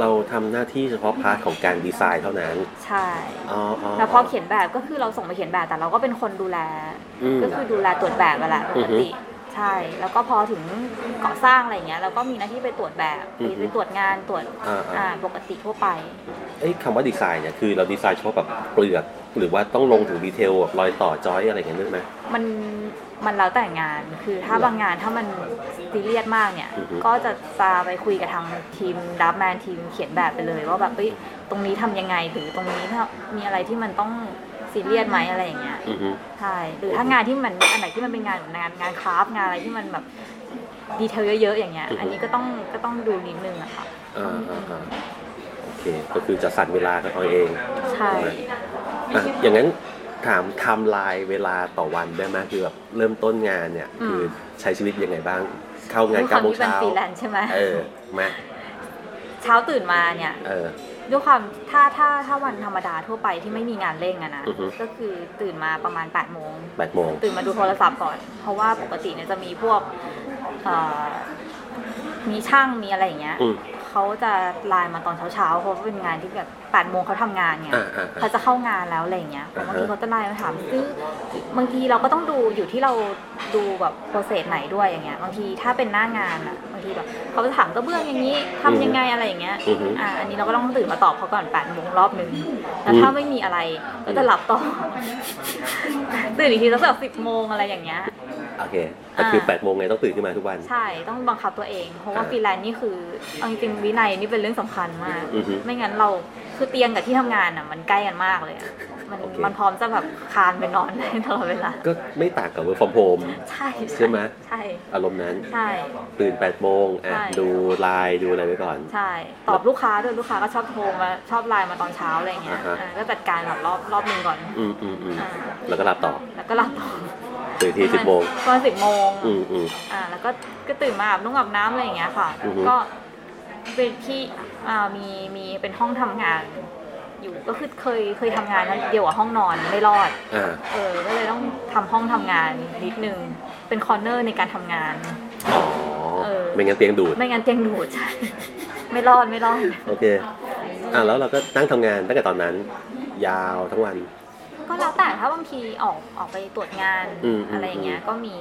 Speaker 1: เราทำหน้าที่เฉพาะพาร์ทของการดีไซน์เท่านั้น
Speaker 2: ใช่
Speaker 1: อ๋ออ๋อ
Speaker 2: แล้วพอเขียนแบบก็คือเราส่งไปเขียนแบบแต่เราก็เป็นคนดูแล
Speaker 1: อืม
Speaker 2: ก็คือดูแลตรวจแบบนั่นแหละปกติใช่ แล้วก็พอถึงก่อสร้างอะไรเงี้ยเราก็มีหน้าที่ไปตรวจแบบ
Speaker 1: อือฮึ
Speaker 2: ไปตรวจงานตรวจ
Speaker 1: อ่าๆ
Speaker 2: อ่าปกติทั่วไป
Speaker 1: เอ้ยคำว่าดีไซน์เนี่ยคือเราดีไซน์เฉพาะแบบเปลือก หรือว่าต้องลงถึงดีเทลแบบรอยต่อจอยอะไรอย่างเงี้ยด้วยไหม
Speaker 2: มันมันแล้วแต่งานคือ
Speaker 1: เหรอบ
Speaker 2: ถ้าางงานถ้ามันซีเรียสมากเนี่ย
Speaker 1: อือฮึ
Speaker 2: ก็จะจะไปคุยกับทางทีมดับแมนทีมเขียนแบบไปเลยว่าแบบเอ้ยตรงนี้ทำยังไงหรือตรงนี้ถ้ามีอะไรที่มันต้องซีเรียสไหมอะไรอย่างเงี้ย
Speaker 1: อือหือ
Speaker 2: ใช่ หรือถ้างานที่มันอันไหนที่มันเป็นงานงานงานคราฟต์งานอะไรที่มันแบบดีเทลเยอะๆอย่างเงี้ย
Speaker 1: อือฮึ
Speaker 2: อันนี้ก็ต้องก็ต้องดูนิดนึงอะค่ะ
Speaker 1: อ่าอ่าอ่าโอเค ก็คือจะสั่นเวลากันเอาเอง
Speaker 2: ใช่
Speaker 1: อ่ะอย่างนั้นถามไทม์ไลน์เวลาต่อวันได้ไหมคือแบบเริ่มต้นงานเนี่ย คือใช้ชีวิตยังไงบ้าง เข้างาน
Speaker 2: ด้วย
Speaker 1: เก้าว
Speaker 2: คาม
Speaker 1: โมง
Speaker 2: ที่เป็น
Speaker 1: เช้า
Speaker 2: ฟรีแลนซ์ใช่ไหม
Speaker 1: เออมา
Speaker 2: เช้าตื่นมาเนี่ย
Speaker 1: เออ
Speaker 2: ด้วยความถ้าถ้าถ้าวันธรรมดาทั่วไปที่ไม่มีงานเร่งอะนะ
Speaker 1: อือฮึ
Speaker 2: ก็คือตื่นมาประมาณ8ปดโมง
Speaker 1: แปดโมง
Speaker 2: ตื่นมาดูโทรศัพท์ก่อน เพราะว่าปกติเนี่ยจะมีพวกเอ่อมีช่างมีอะไรอย่างเงี้ย
Speaker 1: อืม
Speaker 2: เขาจะไลน์มาตอนเช้าๆเพราะว่าเป็นงานที่แบบ8ปดโมงเขาทำงานไง
Speaker 1: อ่าอ่าอ่า
Speaker 2: เขาจะเข้างานแล้วอะไรอย่างเงี้ย
Speaker 1: อ่าฮะ
Speaker 2: บางทีเขาจะไลน์มาถามซื้อบางทีเราก็ต้องดูอยู่ที่เราดูแบบโปรเซสไหนด้วยอย่างเงี้ย บางทีถ้าเป็นหน้างานอะบางทีแบบเขาจะถามกระเบื้องอย่างนี้ทำยังไงอะไรอย่างเงี้ย
Speaker 1: อือหือ
Speaker 2: อ่า อันนี้เราก็ต้องตื่นมาตอบเขาก่อน8ปดโมงรอบหนึ่งแต่
Speaker 1: อืม
Speaker 2: ถ้าไม่มีอะไรก็จะหลับต่อ ตื่นอีกทีตั้งแต่สิบโมงอะไรอย่างเงี้ย
Speaker 1: โอเคแต่คืออา แปดโมงไงต้องตื่นขึ้นมาทุกวัน
Speaker 2: ใช่ ต้องบังคับตัวเอง เพราะว่า
Speaker 1: อ่า
Speaker 2: ฟรีแลนซ์นี่คือเอาจริงๆวินัยนี่เป็นเรื่องสำคัญมาก
Speaker 1: อือฮึ
Speaker 2: ไม่งั้นเราคือเตียงกับที่ทำงานอ่ะมันใกล้กันมากเลยอะมัน
Speaker 1: โอเค
Speaker 2: มันพร้อมจะแบบคานไปน อนได้ตลอดเวลา
Speaker 1: ก็ไม่ต่างกับ work from home
Speaker 2: ใช่
Speaker 1: ใช่ไหม
Speaker 2: ใช่
Speaker 1: อารมณ์นั้น
Speaker 2: ใช่
Speaker 1: ตื่น8ปดโมงอ่ะ
Speaker 2: ใช่
Speaker 1: ดูไลน์ดูอะไรไว้ก่อน
Speaker 2: ใช่ ตอบลูกค้าด้วยลูกค้าก็ชอบโทรมาชอบไลน์มาตอนเช้าอะไรอย่างเงี้ย
Speaker 1: อ่าฮะ
Speaker 2: อ่าก็จัดการแบบรอบรอบหนึ่งก่อน
Speaker 1: อืมอืมอืม
Speaker 2: อ่า
Speaker 1: แล้วก็หลับต่อ
Speaker 2: แล้วก็หลับต่อ
Speaker 1: ตื่นทีสิบโมง
Speaker 2: ตอนสิบโมง
Speaker 1: อืมอืม
Speaker 2: อ่าแล้วก็ก็ตื่นมาอาบนุ่งอาบน้ำอะไรอย่างเงี้ยค่ะ
Speaker 1: อือฮึ
Speaker 2: ก็เป็นที่อ่ามีมีเป็นห้องทำงาน อยู่ก็คือเคยเคยทำงานเดียวกับห้องนอนไม่รอด
Speaker 1: อ่า
Speaker 2: เออก็เลยต้องทำห้องทำงานนิดนึงเป็นคอร์เนอร์ในการทำงาน
Speaker 1: อ๋อ
Speaker 2: เออ
Speaker 1: ไม่งั้นเตียงดูด
Speaker 2: ไม่งั้นเตียงดูด ใช่ ไม่รอดไม่รอด
Speaker 1: โอเค อ่าแล้วเราก็นั่งทำงานตั้งแต่ตอนนั้น ยาวทั้งวัน
Speaker 2: ก็แล้วแต่ถ้าบางทีออกออกไปตรวจงาน
Speaker 1: อืมอืม
Speaker 2: อะไรอย่างเงี้ย ก็มี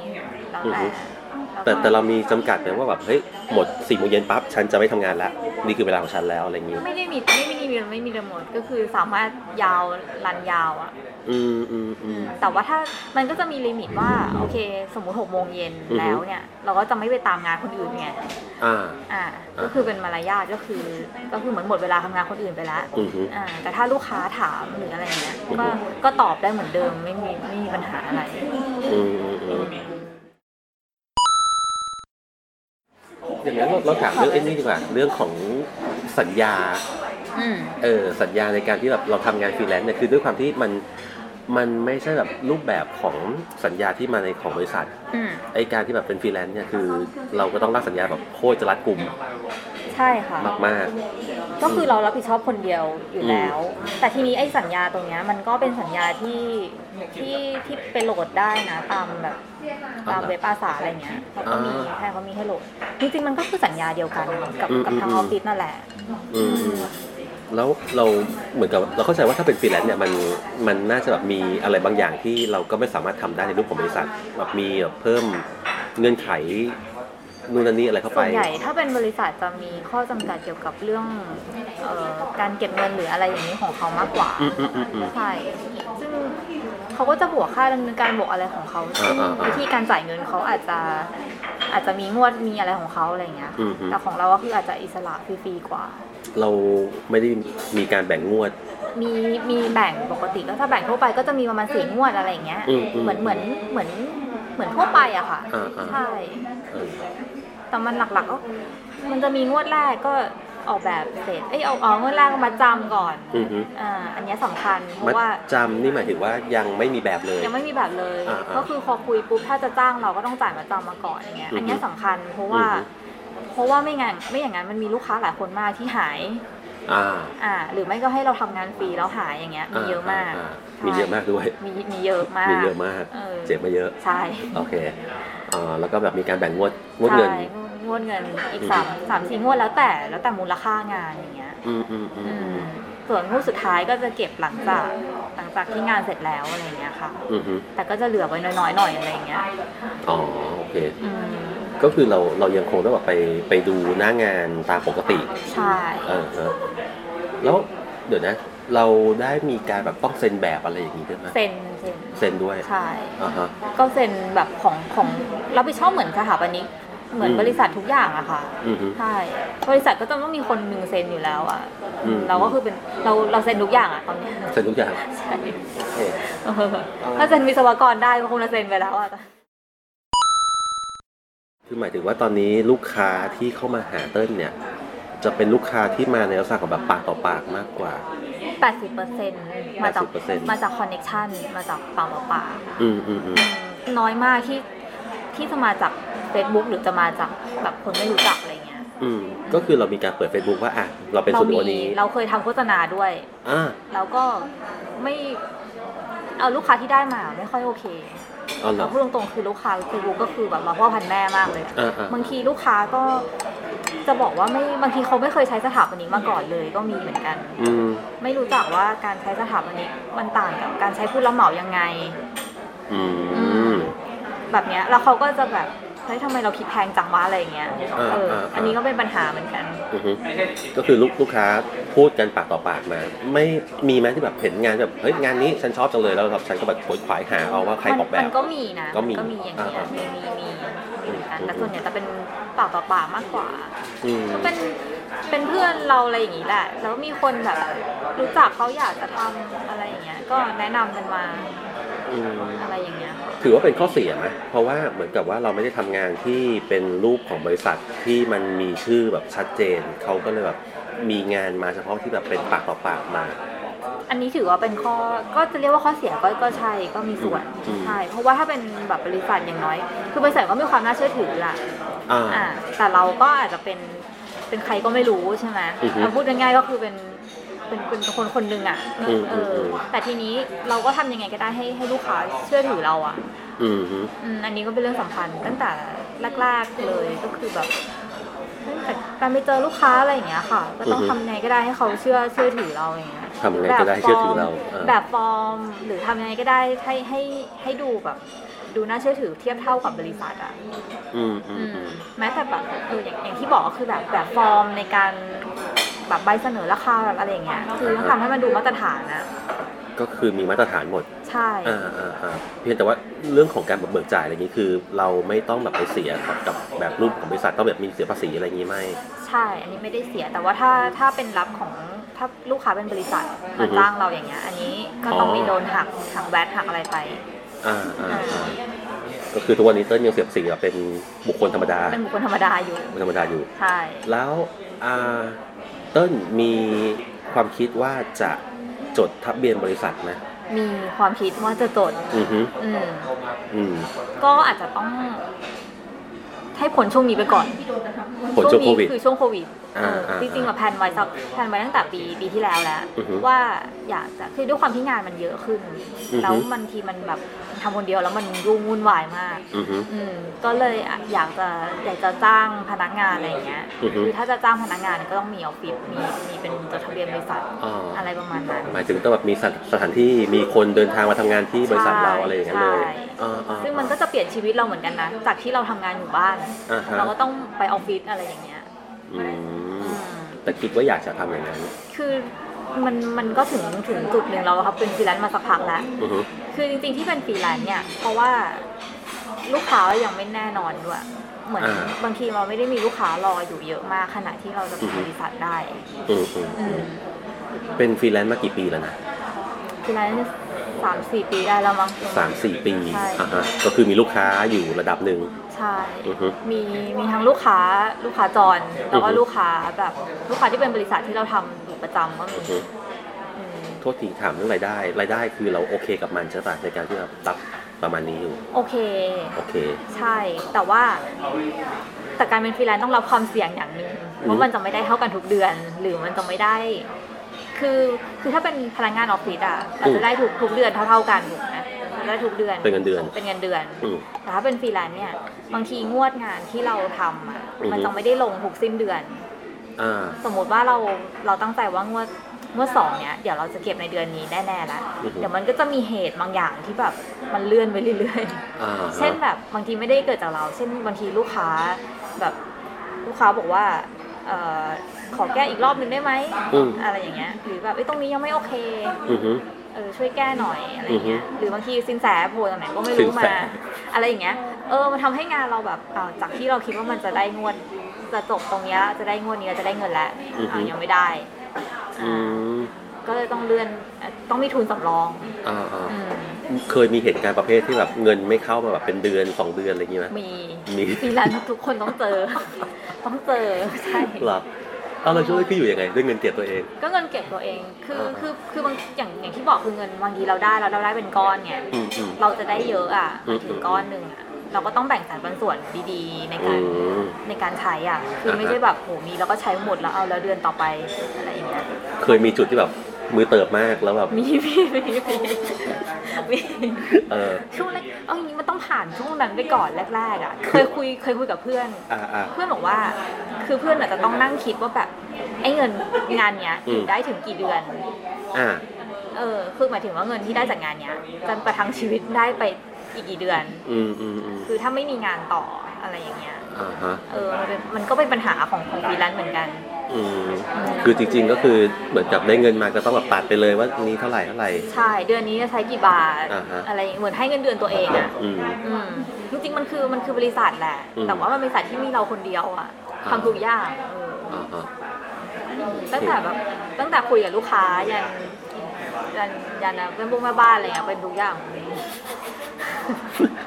Speaker 2: แล้ว
Speaker 1: อือ
Speaker 2: แต่
Speaker 1: ฮึ
Speaker 2: ล้วก็
Speaker 1: แต่แต่เรามีจำกัดไหมว่าแบบเฮ้ยหมดสี่โมงเย็นปั๊บฉันจะไม่ทำงานละนี่คือเวลาของฉันแล้วอะไรอย่างงี้
Speaker 2: ไม่ได้มีไม่ไม่ได้มีไม่มีระหมดก็คือสามารถยาวรันยาวอ่ะ
Speaker 1: อืมอืมอืม
Speaker 2: แต่ว่าถ้ามันก็จะมีลิมิตว่าโอเค สมมุติหกโมงเย็น
Speaker 1: อือฮึ
Speaker 2: แล้วเนี่ย เราก็จะไม่ไปตามงานคนอื่นไง
Speaker 1: อ่า
Speaker 2: อ่า ก็คือเป็นมารยาทก็คือ ก็คือเหมือนหมดเวลาทำงานคนอื่นไปแล้ว
Speaker 1: อือฮึ
Speaker 2: อ่าแต่ถ้าลูกค้าถามหรืออะไรเงี้ยก็
Speaker 1: อือฮึ
Speaker 2: ก็ตอบได้เหมือนเดิมไม่มีไม่มีปัญหาอะไร
Speaker 1: อืมอืมอืมอย่างนั้นเราเราถามเรื่องไอ้นี่ดีกว่าเรื่องของสัญญา
Speaker 2: อืม
Speaker 1: เออสัญญาในการที่แบบเราทำงานฟรีแลนซ์เนี่ยคือด้วยความที่มันมันไม่ใช่แบบรูปแบบของสัญญาที่มาในของบริษัท
Speaker 2: อืม
Speaker 1: ไอการที่แบบเป็นฟรีแลนซ์เนี่ยคือเราก็ต้องรักสัญญาแบบโคตรจะรัดกุม
Speaker 2: ใช่ค่ะ
Speaker 1: มาก
Speaker 2: ก็คือเรารับผิดชอบคนเดียวอยู่
Speaker 1: อืม
Speaker 2: แล้ว แต่ทีนี้ไอ้สัญญาตรงเนี้ยมันก็เป็นสัญญาที่ที่ที่ไปโหลดได้นะตามแบบ
Speaker 1: ๆเอา
Speaker 2: ตาม
Speaker 1: ล่ะ
Speaker 2: เว็บอาสาอะไรเงี้ยเขาก็มี
Speaker 1: อ่า
Speaker 2: ใช่เขามีให้โหลด จริงๆมันก็คือสัญญาเดียวกันกับ
Speaker 1: อืม
Speaker 2: กับทาง
Speaker 1: อื
Speaker 2: อ
Speaker 1: ม
Speaker 2: อฟฟิศนั่นแหละ
Speaker 1: อืม แล้วเราเหมือนกับเราเข้าใจว่าถ้าเป็นฟรีแลนซ์เนี่ยมันมันน่าจะแบบมีอะไรบางอย่างที่เราก็ไม่สามารถทำได้ในรูปของบริษัทแบบมีแบบเพิ่มเงื่อนไขนู่นนั่นนี่อะไรเข้าไป
Speaker 2: ส่วนใหญ่ถ้าเป็นบริษัทจะมีข้อจำกัดเกี่ยวกับเรื่องเออการเก็บเงินหรืออะไรอย่างนี้ของเขามากกว่า
Speaker 1: อืมอืมอืมอืม
Speaker 2: ใช่ซึ่งเขาก็จะบวกค่าดำเนินการบวกอะไรของเขาซึ่ง
Speaker 1: อ่าอ่าอ่า
Speaker 2: วิธีการจ่ายเงินเขาอาจจะอาจจะมีงวดมีอะไรของเขาอะไรอย่างเงี้ย
Speaker 1: อืมอืม
Speaker 2: แต่ของเราก็คืออาจจะอิสระฟรีๆกว่า
Speaker 1: เราไม่ได้มีการแบ่งงวด
Speaker 2: มีมีแบ่งปกติก็ถ้าแบ่งทั่วไปก็จะมีประมาณสี่งวดอะไรอย่างเงี้ย
Speaker 1: อืมอืม
Speaker 2: เหมือนเหมือนเหมือนเหมือนทั่วไปอะค่ะ
Speaker 1: อ่าอ่า
Speaker 2: ใช่
Speaker 1: เออ
Speaker 2: แต่มันหลักๆก็มันจะมีงวดแรกก็ออกแบบเสร็จ เอ้ยเอาเอางวดแรกก็มาจำก่อน
Speaker 1: อือฮึ
Speaker 2: อ่าอันเนี้ยสำคัญเพ
Speaker 1: มัด
Speaker 2: ราะว่า
Speaker 1: จำนี่หมายถึงว่ายังไม่มีแบบเลย
Speaker 2: ยังไม่มีแบบเลย
Speaker 1: อ่าๆ
Speaker 2: ก็คือพอคุยปุ๊บถ้าจะจ้างเราก็ต้องจ่ายมาจำมาก่อนอย่างเงี้ย
Speaker 1: อือฮึ
Speaker 2: อันเนี้ยสำคัญ เพราะว่า
Speaker 1: อือฮึ
Speaker 2: เพราะว่าไม่งั้นไม่อย่างนั้นมันมีลูกค้าหลายคนมากที่หาย
Speaker 1: อ่า
Speaker 2: อ่า หรือไม่ก็ให้เราทำงานฟรีแล้วหายอย่างเงี้ยมีเยอะมาก
Speaker 1: อ่มีเยอะมากด้วย
Speaker 2: มีมีเยอะมาก
Speaker 1: มีเยอะมาก
Speaker 2: ออ
Speaker 1: เจ็บมาเยอะ
Speaker 2: ใช่
Speaker 1: โอเคอ่าแล้วก็แบบมีการแบ่งงวดงวดเงิน
Speaker 2: ใช่งวดเงินอีก
Speaker 1: อือฮึ
Speaker 2: สามสามสี่งวดแล้วแต่แล้วแต่มูลค่างานอย่างเงี้ย
Speaker 1: อืมอืมอืมอืม
Speaker 2: ส่วนผู้สุดท้ายก็จะเก็บหลังจากหลังจากที่งานเสร็จแล้วอะไรอย่างเงี้ยค่ะ
Speaker 1: อือฮึ
Speaker 2: แต่ก็จะเหลือไว้น้อยๆหน่อยอะไรอย่างเงี้ย
Speaker 1: อ๋อโอเค
Speaker 2: อืม
Speaker 1: ก็คือเราเรายังคงต้องแบบไปไปดูหน้างานตามปกติ
Speaker 2: ใช่
Speaker 1: เออเออแล้วเดี๋ยวนะ เราได้มีการแบบต้องเซ็นแบบอะไรอย่างนี้ด้วยไหม
Speaker 2: เซ็นเซ็น
Speaker 1: เซ็นด้วย
Speaker 2: ใช่
Speaker 1: อ่าฮะ
Speaker 2: ก็เซ็นแบบของของรับผิดชอบเหมือนสถาปนิกเหมือน
Speaker 1: อืม
Speaker 2: บริษัททุกอย่างอะค่ะ
Speaker 1: อือฮึ
Speaker 2: ใช่บริษัทก็จะต้องมีคนหนึ่งเซ็นอยู่แล้วอะ
Speaker 1: อืม
Speaker 2: เราก็คือเป็นเราเราเซ็นทุกอย่างอะตอนเนี้ย
Speaker 1: เซ็นทุกอย่าง
Speaker 2: ใช่
Speaker 1: โอเค
Speaker 2: เออถ้าเซ็นวิศวกรได้ก็คงจะเซ็นไปแล้วอะ
Speaker 1: คือหมายถึงว่าตอนนี้ลูกค้าที่เข้ามาหาเติ้ลเนี่ย จะเป็นลูกค้าที่มาในลักษณะของแบบปากต่อปากมากกว่า
Speaker 2: 80%มาจาก
Speaker 1: 80%
Speaker 2: มาจากคอนเน็ชันมาจากปากต่อปาก
Speaker 1: อืมอืมอืม
Speaker 2: อืมน้อยมากที่ที่จะมาจาก Facebook หรือจะมาจากแบบคนไม่รู้จักอะไรเงี้ย
Speaker 1: อืมก็คือเรามีการเปิด Facebook ว่าอ่ะเราเป็นส่วน
Speaker 2: มี
Speaker 1: ตัวนี้
Speaker 2: เราเคยทำโฆษณาด้วย
Speaker 1: อ่า
Speaker 2: แล้วก็ไม่เอาลูกค้าที่ได้มาไม่ค่อยโอเค
Speaker 1: เอาเหรอ
Speaker 2: เราพูดตรงๆคือลูกค้า Facebook ก็คือแบบเราพ่อพันแม่มากเลยอะ
Speaker 1: อ่าอ่า
Speaker 2: บางทีลูกค้าก็จะบอกว่าไม่บางทีเขาไม่เคยใช้สถาปนิกมาก่อนเลย ก็มีเหมือนกัน
Speaker 1: อืม
Speaker 2: ไม่รู้จักว่าการใช้สถาปนิกมันต่างกับการใช้ผู้รับเหมายังไง
Speaker 1: อืม
Speaker 2: แบบเนี้ยแล้วเขาก็จะแบบเฮ้ยทำไมเราคิดแพงจังวะอะไรอย่างเงี้ย
Speaker 1: อ่า
Speaker 2: เอออา
Speaker 1: อ่า
Speaker 2: อันนี้ก็เป็นปัญหาเหมือนกัน
Speaker 1: อือฮึก็คือลูกลูกค้าพูดกันปากต่อปากมา ไม่มีไหมที่แบบเห็นงานแบบเฮ้ยงานนี้ฉันชอบจังเลยแล้วแบบฉันก็แบบขวนขวายหาเอาว่าใคร
Speaker 2: มั
Speaker 1: ออกแบบ
Speaker 2: มันก็มีนะ
Speaker 1: ก็มี
Speaker 2: ก็มีอย่างเงี้ย
Speaker 1: อ่า
Speaker 2: มีมีมีมีเหมือนกัน
Speaker 1: อืม
Speaker 2: แต่ส่วนใหญ่จะเป็นปากต่อปากมากกว่า
Speaker 1: อืม
Speaker 2: ก็เป็นเป็นเพื่อนเราอะไรอย่างงี้แหละ แล้วมีคนแบบรู้จักเขาอยากจะทำอะไรอย่างเงี้ย ก็แนะนำกันมา
Speaker 1: อืม
Speaker 2: อะไรอย่างเงี้ยค่ะ
Speaker 1: ถือว่าเป็นข้อเสียไหมเพราะว่าเหมือนกับว่าเราไม่ได้ทำงานที่เป็นรูปของบริษัทที่มันมีชื่อแบบชัดเจนเขาก็เลยแบบมีงานมาเฉพาะที่แบบเป็นปากต่อปากมา
Speaker 2: อันนี้ถือว่าเป็นข้อก็จะเรียกว่าข้อเสียก็ก็ใช่ก็มีส่วน
Speaker 1: อืม
Speaker 2: ใช่เพราะว่าถ้าเป็นแบบบริษัทอย่างน้อย คือบริษัทก็มีความน่าเชื่อถือแหละ
Speaker 1: อ่า
Speaker 2: อ่ะแต่เราก็อาจจะเป็นเป็นใครก็ไม่รู้ใช่ไหม
Speaker 1: อือฮึ
Speaker 2: เอาพูดง่ายๆก็คือเป็นเป็นเป็นคนคนหนึ่งอ่ะ
Speaker 1: อืม
Speaker 2: เอออ
Speaker 1: ม
Speaker 2: แต่ทีนี้เราก็ทำยังไงก็ได้ให้ให้ลูกค้าเชื่อถือเราอ่ะ
Speaker 1: อืมฮึ
Speaker 2: อืมอันนี้ก็เป็นเรื่องสำคัญตั้งแต่แรกๆเลยก็คือแบบตั้งแต่การไปเจอลูกค้าอะไรอย่างเงี้ยค่ะ ก็ต้องทำยังไงก็ได้ให้เขาเชื่อเชื่อถือเราอย่างเงี้ย
Speaker 1: ทำไงก็ได้เชื่อถือเราอ่า
Speaker 2: แบบฟอร์มหรือทำยังไงก็ได้ให้ให้ให้ดูแบบดูน่าเชื่อถือเทียบเท่ากับบริษัทอ่ะ
Speaker 1: อืมอืมอืม
Speaker 2: แม้แต่แบบเอออย่างอย่างที่บอกก็คือแบบแบบฟอร์มในการแบบใบเสนอราคาแบบอะไรอย่างเงี้ยคือต้องทำให้มันดูมาตรฐานนะ
Speaker 1: ก็คือมีมาตรฐานหมด
Speaker 2: ใช่
Speaker 1: อ่าอ่าอ่าเพียงแต่ว่าเรื่องของการแบบเบิกจ่ายอะไรอย่างนี้คือ เราไม่ต้องแบบไปเสียกับกับแบบรูปของบริษัทต้องแบบมีเสียภาษีอะไรอย่างนี้ไหม
Speaker 2: ใช่ อันนี้ไม่ได้เสียแต่ว่าถ้าถ้าเป็นรับของถ้าลูกค้าเป็นบริษัท
Speaker 1: อื
Speaker 2: มา
Speaker 1: อฮึ
Speaker 2: จ้างเราอย่างเงี้ย อันนี้ก็ต้อง
Speaker 1: อ๋อ
Speaker 2: มีโดนหักหักแวดหักอะไรไป
Speaker 1: อ่าอ่า
Speaker 2: อ่า
Speaker 1: อ่าก็คือทุกวันนี้เต้ลยังเสียภาษีแบบเป็นบุคคลธรรมดา
Speaker 2: เป็นบุคคลธรรมดาอยู่
Speaker 1: บุคคลธรรมดาอยู่
Speaker 2: ใช่
Speaker 1: แล้วอ่าเต้ลมีความคิดว่าจะจดทะเบียนบริษัทไหม
Speaker 2: มีความคิดว่าจะจด
Speaker 1: อือฮึ
Speaker 2: อืม
Speaker 1: อืม
Speaker 2: ก็อาจจะต้อง แท ให้ผลช่วงนี้ไปก่อน
Speaker 1: ผลช่วงโควิด
Speaker 2: นี้คือช่วงโควิด
Speaker 1: อ่า
Speaker 2: เอออา จริงๆเราแพลนไว้สักแพลนไว้ตั้งแต่ปีปีที่แล้วแล้ว
Speaker 1: อือฮึ
Speaker 2: ว่าอยากจะคือด้วยความที่งานมันเยอะขึ้น
Speaker 1: อือฮึ
Speaker 2: แล้วบางทีมันแบบทำคนเดียวแล้วมันยุ่งวุ่นวายมาก
Speaker 1: อือฮึ
Speaker 2: อืมก็เลยอ่ะอยากจะอยากจะจ้างพนักงานอะไรอย่างเงี้ย
Speaker 1: อือฮึ
Speaker 2: คือถ้าจะจ้างพนักงานก็ต้องมีออฟฟิศมีมีเป็นจดทะเบียนบริษัท
Speaker 1: อ๋ออ
Speaker 2: อะไรประมาณนั้น
Speaker 1: หมายถึงต้องแบบมีสถสถานที่มีคนเดินทางมาทำงานที่บริษัทเราอะไรอย่างนั้นเลย
Speaker 2: ใช่
Speaker 1: อ่าอ่า
Speaker 2: ซึ่งมันก็จะเปลี่ยนชีวิตเราเหมือนกันนะ จากที่เราทำงานอยู่บ้าน
Speaker 1: อ่าฮะ
Speaker 2: เราก็ต้องไปออฟฟิศอะไรอย่างเงี้ย
Speaker 1: อืม
Speaker 2: อืม
Speaker 1: แต่คิดว่าอยากจะทำอย่างนั้น
Speaker 2: คือมันมันก็ถึงถึงจุดหนึ่งแล้วอะครับเป็นฟรีแลนซ์มาสักพักแล้ว
Speaker 1: อือฮึ
Speaker 2: คือจริงๆที่เป็นฟรีแลนซ์เนี่ย เพราะว่าลูกค้ายังไม่แน่นอนด้วย เหมือน
Speaker 1: อ่า
Speaker 2: บางทีเราไม่ได้มีลูกค้ารออยู่เยอะมากขณะที่เราจะทำบริษัทได้
Speaker 1: อืออือ
Speaker 2: อื
Speaker 1: อื
Speaker 2: ม
Speaker 1: อเป็นฟรีแลนซ์มากี่ปีแล้วนะ
Speaker 2: ฟรีแลนซ์สามสี่ปีได้แล้วมั้ง
Speaker 1: สามสี่ปี
Speaker 2: ใช่
Speaker 1: อ่าฮะก็คือมีลูกค้าอยู่ระดับหนึ่ง
Speaker 2: ใช่
Speaker 1: อือฮึ
Speaker 2: มีมีทั้งลูกค้าลูกค้าจรแล้วก็
Speaker 1: อือฮึ
Speaker 2: ลูกค้าแบบลูกค้าที่เป็นบริษัทที่เราทำอยู่ประจำก็มี
Speaker 1: อือฮึ
Speaker 2: อืม
Speaker 1: โทษทีถามเรื่องรายได้ รายได้คือเราโอเคกับมันใช่ปะในการที่เรารับประมาณนี้อยู่
Speaker 2: โอเค
Speaker 1: โอเค
Speaker 2: ใช่แต่ว่าแต่การเป็นฟรีแลนซ์ต้องรับความเสี่ยงอย่างหนึ่ง
Speaker 1: อืม
Speaker 2: ว่ามันจะไม่ได้เท่ากันทุกเดือน หรือมันจะไม่ได้ คือคือถ้าเป็นพนักงานออฟฟิศอ่ะอาจจะได้ทุกทุกเดือนเท่าๆกันถูกไหมอาจจะได้ทุกเดือน
Speaker 1: เป็นเงินเดือน
Speaker 2: เป็นเงินเดือน
Speaker 1: อืม
Speaker 2: แต่ถ้าเป็นฟรีแลนซ์เนี่ย บางทีงวดงานที่เราทำอ่ะ
Speaker 1: อือฮึ
Speaker 2: มันจะไม่ได้ลงทุกสิ้นเดือน
Speaker 1: อ่า
Speaker 2: สมมติว่าเราเราตั้งใจว่างวดงวดสองเนี้ยเดี๋ยวเราจะเก็บในเดือนนี้แน่ๆแล้ว
Speaker 1: อือฮึ
Speaker 2: เดี๋ยวมันก็จะมีเหตุบางอย่างที่แบบมันเลื่อนไปเรื่อยๆ
Speaker 1: อ่าฮะ
Speaker 2: เช่นแบบบางทีไม่ได้เกิดจากเรา เช่นบางทีลูกค้าแบบลูกค้าบอกว่าเออขอแก้อีกรอบหนึ่งได้ไหม
Speaker 1: อืม
Speaker 2: อะไรอย่างเงี้ยหรือแบบไอ้ยตรงนี้ยังไม่โอเค
Speaker 1: อือฮึ
Speaker 2: เออช่วยแก้หน่อยอะไรอย่างเงี้ยหรือบางทีสินแสโผล่จากไหนก็ไม่
Speaker 1: สิ
Speaker 2: รู้
Speaker 1: น
Speaker 2: มา
Speaker 1: แส
Speaker 2: อะไรอย่างเงี้ยเออมันทำให้งานเราแบบอ่าจากที่เราคิดว่ามันจะได้งวดจะจบตรงเนี้ยจะได้งวดนี้เราจะได้เงินแล้วอ่ายังไม่ได้
Speaker 1: อื
Speaker 2: อ่าม ก็เลยต้องเลื่อนอ่ะต้องมีทุนสำรอง
Speaker 1: อ่าอ่า
Speaker 2: อืม
Speaker 1: เคยมีเหตุการณ์ประเภทที่แบบเงินไม่เข้ามาแบบเป็นเดือนสองเดือนอะไรอย่างงี้ไหม
Speaker 2: มี
Speaker 1: มี
Speaker 2: ฟรีแลนซ์ทุกคนต้องเจ อ ต้องเจอ ใช่
Speaker 1: หรอเอาเราช่วยคืออยู่ยังไงด้วยเงินเก็บตัวเอง
Speaker 2: ก็เงินเก็บตัวเอง คือ
Speaker 1: อ่า
Speaker 2: คือ คือบาง อย่าง อย่างที่บอกคือเงินบางทีเราได้เราเราได้เป็นก้อนไง
Speaker 1: อืมอืม
Speaker 2: เราจะได้เยอะอ่ะหมายถึ
Speaker 1: อื
Speaker 2: ง
Speaker 1: ม
Speaker 2: ก้อนหนึ่งอ่ะ เราก็ต้องแบ่งสรรปันส่วนดีๆ ใน
Speaker 1: อื
Speaker 2: การ
Speaker 1: ม
Speaker 2: ในการใช้อ่ะ คือไม่
Speaker 1: อ่าฮะ
Speaker 2: ใช่แบบโหมีแล้วก็ใช้หมดแล้วเอาแล้วเดือนต่อไปอะไรอย่างเงี้ย
Speaker 1: เคยมีจุดที่แบบมือเติบมากแล้วแบบ
Speaker 2: มี มี มี มีมี
Speaker 1: เออ
Speaker 2: ช่วงแรกเอาอย่างนี้มันต้องผ่านช่วงนั้นไปก่อนแรกๆอ่ะ เคยคุย เคยคุยกับเพื่อน
Speaker 1: อ่าอ่า
Speaker 2: เพื่อนบอกว่า คือเพื่อนอาจจะต้องนั่งคิดว่าแบบไอ้เงินงานเนี้ย
Speaker 1: อืม
Speaker 2: อยู่ได้ถึงกี่เดือน
Speaker 1: อ่า
Speaker 2: เออ คือหมายถึงว่าเงินที่ได้จากงานเนี้ยจะประทังชีวิตได้ไปอีกกี่เดือน
Speaker 1: อืมอืมอืม
Speaker 2: คือถ้าไม่มีงานต่ออะไรอย่างเงี้ย
Speaker 1: อ่าฮะ
Speaker 2: เออ มันเป็นมันก็เป็นปัญหาของของฟรีแลนซ์เหมือนกัน
Speaker 1: อืมคือจริงๆก็คือเหมือนกับได้เงินมาก็ต้องแบบตัดไปเลยว่านี้เท่าไหร่เท่าไหร่
Speaker 2: ใช่ เดือนนี้จะใช้กี่บาท
Speaker 1: อ่าฮะ
Speaker 2: อะไรเหมือนให้เงินเดือนตัวเองอะ
Speaker 1: อืม
Speaker 2: อืม จริงๆมันคือมันคือบริษัทแหละ
Speaker 1: อืม
Speaker 2: แต่ว่ามันเป็นบริษัทที่มีเราคนเดียวอะ
Speaker 1: อ่า
Speaker 2: ทำทุกอย่างเออ
Speaker 1: อ่าฮะ
Speaker 2: ตั้งแต่แบบตั้งแต่คุยกับลูกค้ายันยันยันเป็นบุ้งแม่บ้านอะไรเงี้ยเป็นทุกอย่าง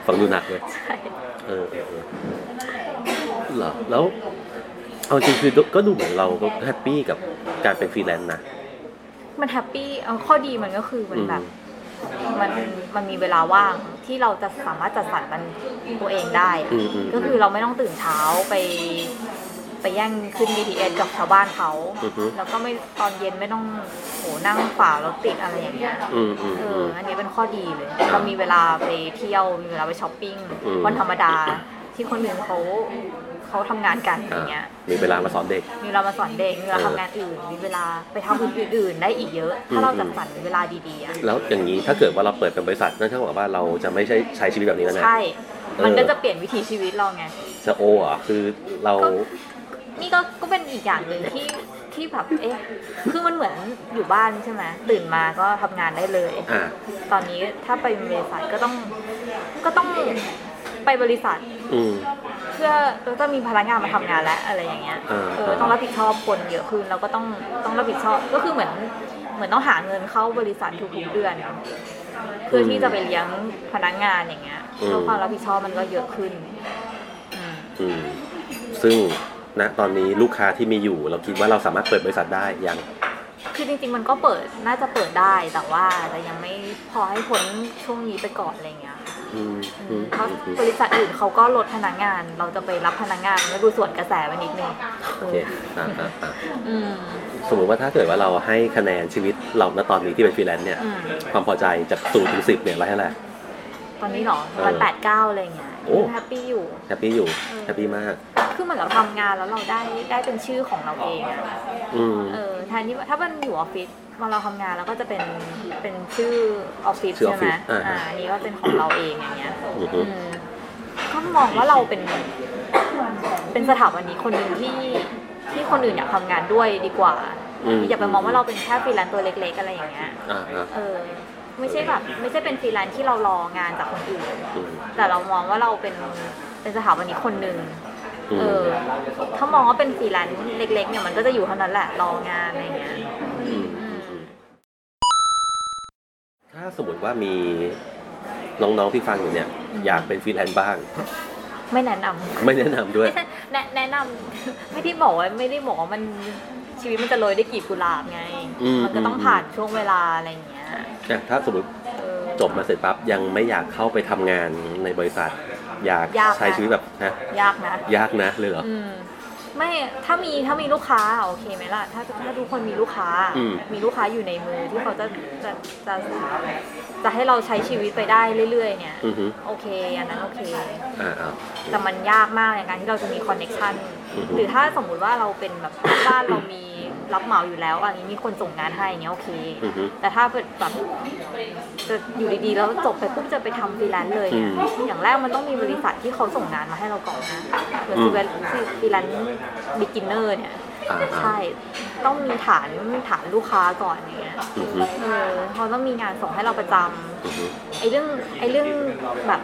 Speaker 1: ฟังดูหนักเลย
Speaker 2: ใช่
Speaker 1: เออเออเออเหรอแล้ว เอาจริงคือก็ดูเหมือนเราก็แฮปปี้กับการเป็นฟรีแลนซ์นะ
Speaker 2: มันแฮปปี้เอาข้อดีมันก็คือมัน
Speaker 1: อืม
Speaker 2: แบบมันมันมีเวลาว่างที่เราจะสามารถจัดสรรมันตัวเองได้อะ
Speaker 1: อืมอืม
Speaker 2: ก็คือเราไม่ต้องตื่นเช้าไป ไปแย่งขึ้น BTS กับชาวบ้านเขา
Speaker 1: อืมอืม
Speaker 2: แล้วก็ไม่ตอนเย็นไม่ต้องโหนั่งฝ่ารถติดอะไรอย่างเงี้ย
Speaker 1: อืมอืม
Speaker 2: เอ
Speaker 1: อื
Speaker 2: อ
Speaker 1: ม
Speaker 2: อันนี้เป็นข้อดีเลย เรามีเวลาไปเที่ยว มีเวลาไปช้อปปิ้ง
Speaker 1: อืม
Speaker 2: วันธรรมดา ที่คนอื่นเขาเขาทำงานกันอย่างเงี้ย
Speaker 1: มีเวลามาสอนเด็ก
Speaker 2: มีเวลามาสอนเด็ก มีเวลาทำงานอื่น มีเวลาไปทำอื่นๆได้อีกเยอะ ถ้าเราจัดสรรเวลาดีๆอะ
Speaker 1: แล้วอย่างนี้ถ้าเกิดว่าเราเปิดเป็นบริษัทนั่นเท่ากับว่าเราจะไม่ใช่ใช้ชีวิตแบบนี้แล้วนะ
Speaker 2: ใช่
Speaker 1: เออ
Speaker 2: มันก็จะเปลี่ยนวิถีชีวิตเราไง
Speaker 1: จะโอเหรอ่ะคือเรา
Speaker 2: นี่ก็ก็เป็นอีกอย่างหนึ่งที่ที่แบบ เอ๊ะ คือมันเหมือนอยู่บ้านใช่ไหมตื่นมาก็ทำงานได้เลย
Speaker 1: อ่า
Speaker 2: ตอนนี้ถ้าไปบริษัทก็ต้องก็ต้องไปบริษัท
Speaker 1: อืม
Speaker 2: เพื่อเราจะมีพนักงานมาทำงานแล้วอะไรอย่างเงี้ย
Speaker 1: อ่า
Speaker 2: เออต้องรับผิดชอบคนเยอะขึ้นเราก็ต้องต้องรับผิดชอบ ก็คือเหมือนเหมือนต้องหาเงินเข้าบริษัททุกๆเดือน เพื่อที่จะไปเลี้ยงพนักงานอย่างเงี้ย
Speaker 1: อืม
Speaker 2: แล้วความรับผิดชอบมันก็เยอะขึ้นอืม
Speaker 1: อืม ซึ่งณตอนนี้ลูกค้าที่มีอยู่ เราคิดว่าเราสามารถเปิดบริษัทได้ยัง
Speaker 2: คือจริงๆมันก็เปิดน่าจะเปิดได้แต่ว่าแต่ยังไม่พอให้พ้นช่วงนี้ไปก่อนอะไรเงี้ย
Speaker 1: อื อืม
Speaker 2: อื
Speaker 1: อื
Speaker 2: ม
Speaker 1: ม
Speaker 2: เพราะ
Speaker 1: อืม
Speaker 2: บริษัทอื่นเขาก็ลดพนักงาน เราจะไปรับพนักงานมันก็ดูส่วนกระแสไปนิดนึง
Speaker 1: โอเคอ่าอ่าอ่า
Speaker 2: อืม
Speaker 1: สมมติว่าถ้าเกิดว่าเราให้คะแนนชีวิตเราณตอนนี้ที่เป็นฟรีแลนซ์เนี่ย
Speaker 2: อืม
Speaker 1: ความพอใจจากศูนย์ถึงสิบเนี่ยเราให้อะไหร
Speaker 2: ตอนนี้เหรอ
Speaker 1: เออ
Speaker 2: วันแปดเก้าอะไรอย่างเงี้ย
Speaker 1: โอ้
Speaker 2: แฮปปี้อยู่
Speaker 1: แฮปปี้อยู่
Speaker 2: เออ
Speaker 1: แฮปปี้มาก
Speaker 2: คือเหมือนเราทำงานแล้วเราได้ได้เป็นชื่อของเราเองอะ
Speaker 1: อืม
Speaker 2: เออแทนที่ว่าถ้ามันอยู่ออฟฟิศเวันเราทำงานแล้วก็จะเป็นเป็นชื่อออฟฟิศ
Speaker 1: ชื่ออ
Speaker 2: ใช่
Speaker 1: อฟฟิ
Speaker 2: ไหม
Speaker 1: ศอ่าฮะ
Speaker 2: อ่าอันนี้ก็เป็นของเราเองอย่างเงี้ย
Speaker 1: อือฮึ
Speaker 2: อืมก็มองว่าเราเป็น เป็นสถาปนิกคนหนึ่งที่ที่คนอื่นอยากทำงานด้วยดีกว่า
Speaker 1: ม
Speaker 2: อย่าไปมองว่าเราเป็นแค่ฟรีแลนซ์ตัวเล็กๆอะไรอย่างเงี้ย
Speaker 1: อ่าอ่า
Speaker 2: เออ ไม่ใช่แบบ ไม่ใช่เป็นฟรีแลนซ์ที่เรารองานจากคนอื่น
Speaker 1: อืม
Speaker 2: แต่เรามองว่าเราเป็นเป็นสถาปนิกคนหนึ่ง
Speaker 1: อื
Speaker 2: เอ
Speaker 1: ม
Speaker 2: อ ถ้ามองว่าเป็นฟรีแลนซ์เล็ก ๆ เนี่ยมันก็จะอยู่เท่านั้นแหละรองานอะไรอย่างเงี้ย
Speaker 1: มอืมถ้าสมมติว่ามีน้องๆที่ฟังอยู่เนี่ย อยากเป็นฟรีแลนซ์บ้าง
Speaker 2: ไม่แนะนำ
Speaker 1: ไม่แนะนำด้วย
Speaker 2: ไม่ใช่แนะแนะนำ ไม่ได้บอกว่าไม่ได้บอกว่ามันชีวิตมันจะโรยได้วยกลีบกุหลาบไง
Speaker 1: อืม
Speaker 2: มันก็ต้องผ่านช่วงเวลาอะไรอย่างเงี้ย
Speaker 1: นะถ้าสมมติ
Speaker 2: เออ
Speaker 1: จบมาเสร็จปั๊บยังไม่อยากเข้าไปทำงานในบริษัท อยาก
Speaker 2: ยาก
Speaker 1: ใช้
Speaker 2: นะ
Speaker 1: ชีวิตแบบนะ
Speaker 2: ยากนะ
Speaker 1: ยากนะเลยเหรออ
Speaker 2: อืมไม่ถ้ามีถ้ามีลูกค้าอ่ะโอเคไหมล่ะ ถ้าถ้าทุกคนมีลูกค้า
Speaker 1: อืม
Speaker 2: มีลูกค้าอยู่ในมือที่เขาจะจะจะจะให้เราใช้ชีวิตไปได้เรื่อย ๆ เนี่ย
Speaker 1: อือฮึ
Speaker 2: โอเคอันนั้นโอเค
Speaker 1: อ่าอ่า
Speaker 2: แต่มันยากมากในการที่เราจะมีคอนเน็ชัน
Speaker 1: อือฮึ
Speaker 2: หรือถ้าสมมุติว่าเราเป็นแบบบ้านเรามีรับเหมาอยู่แล้วอันนี้มีคนส่งงานให้อย่างเงี้ยโอเค
Speaker 1: อือฮึ
Speaker 2: แต่ถ้าเป็นแบบจะอยู่ดีๆ แล้วจบไปปุ๊บจะไปทำฟรีแลนซ์เลยเนี่ยอย่างแรกมันต้องมีบริษัทที่เขาส่งงานมาให้เราก่อนนะเหมือน
Speaker 1: อืม
Speaker 2: ฟรีแลนซ์บิ๊กินเนอร์เนี่ย
Speaker 1: อ่าอ่า
Speaker 2: ใช่ ต้องมีฐานฐานลูกค้าก่อนอย่างเงี้ย
Speaker 1: อือฮึ
Speaker 2: เออเขาต้องมีงานส่งให้เราประจำ
Speaker 1: อือฮึ
Speaker 2: ไอ้เรื่องไอ้เรื่องแบบ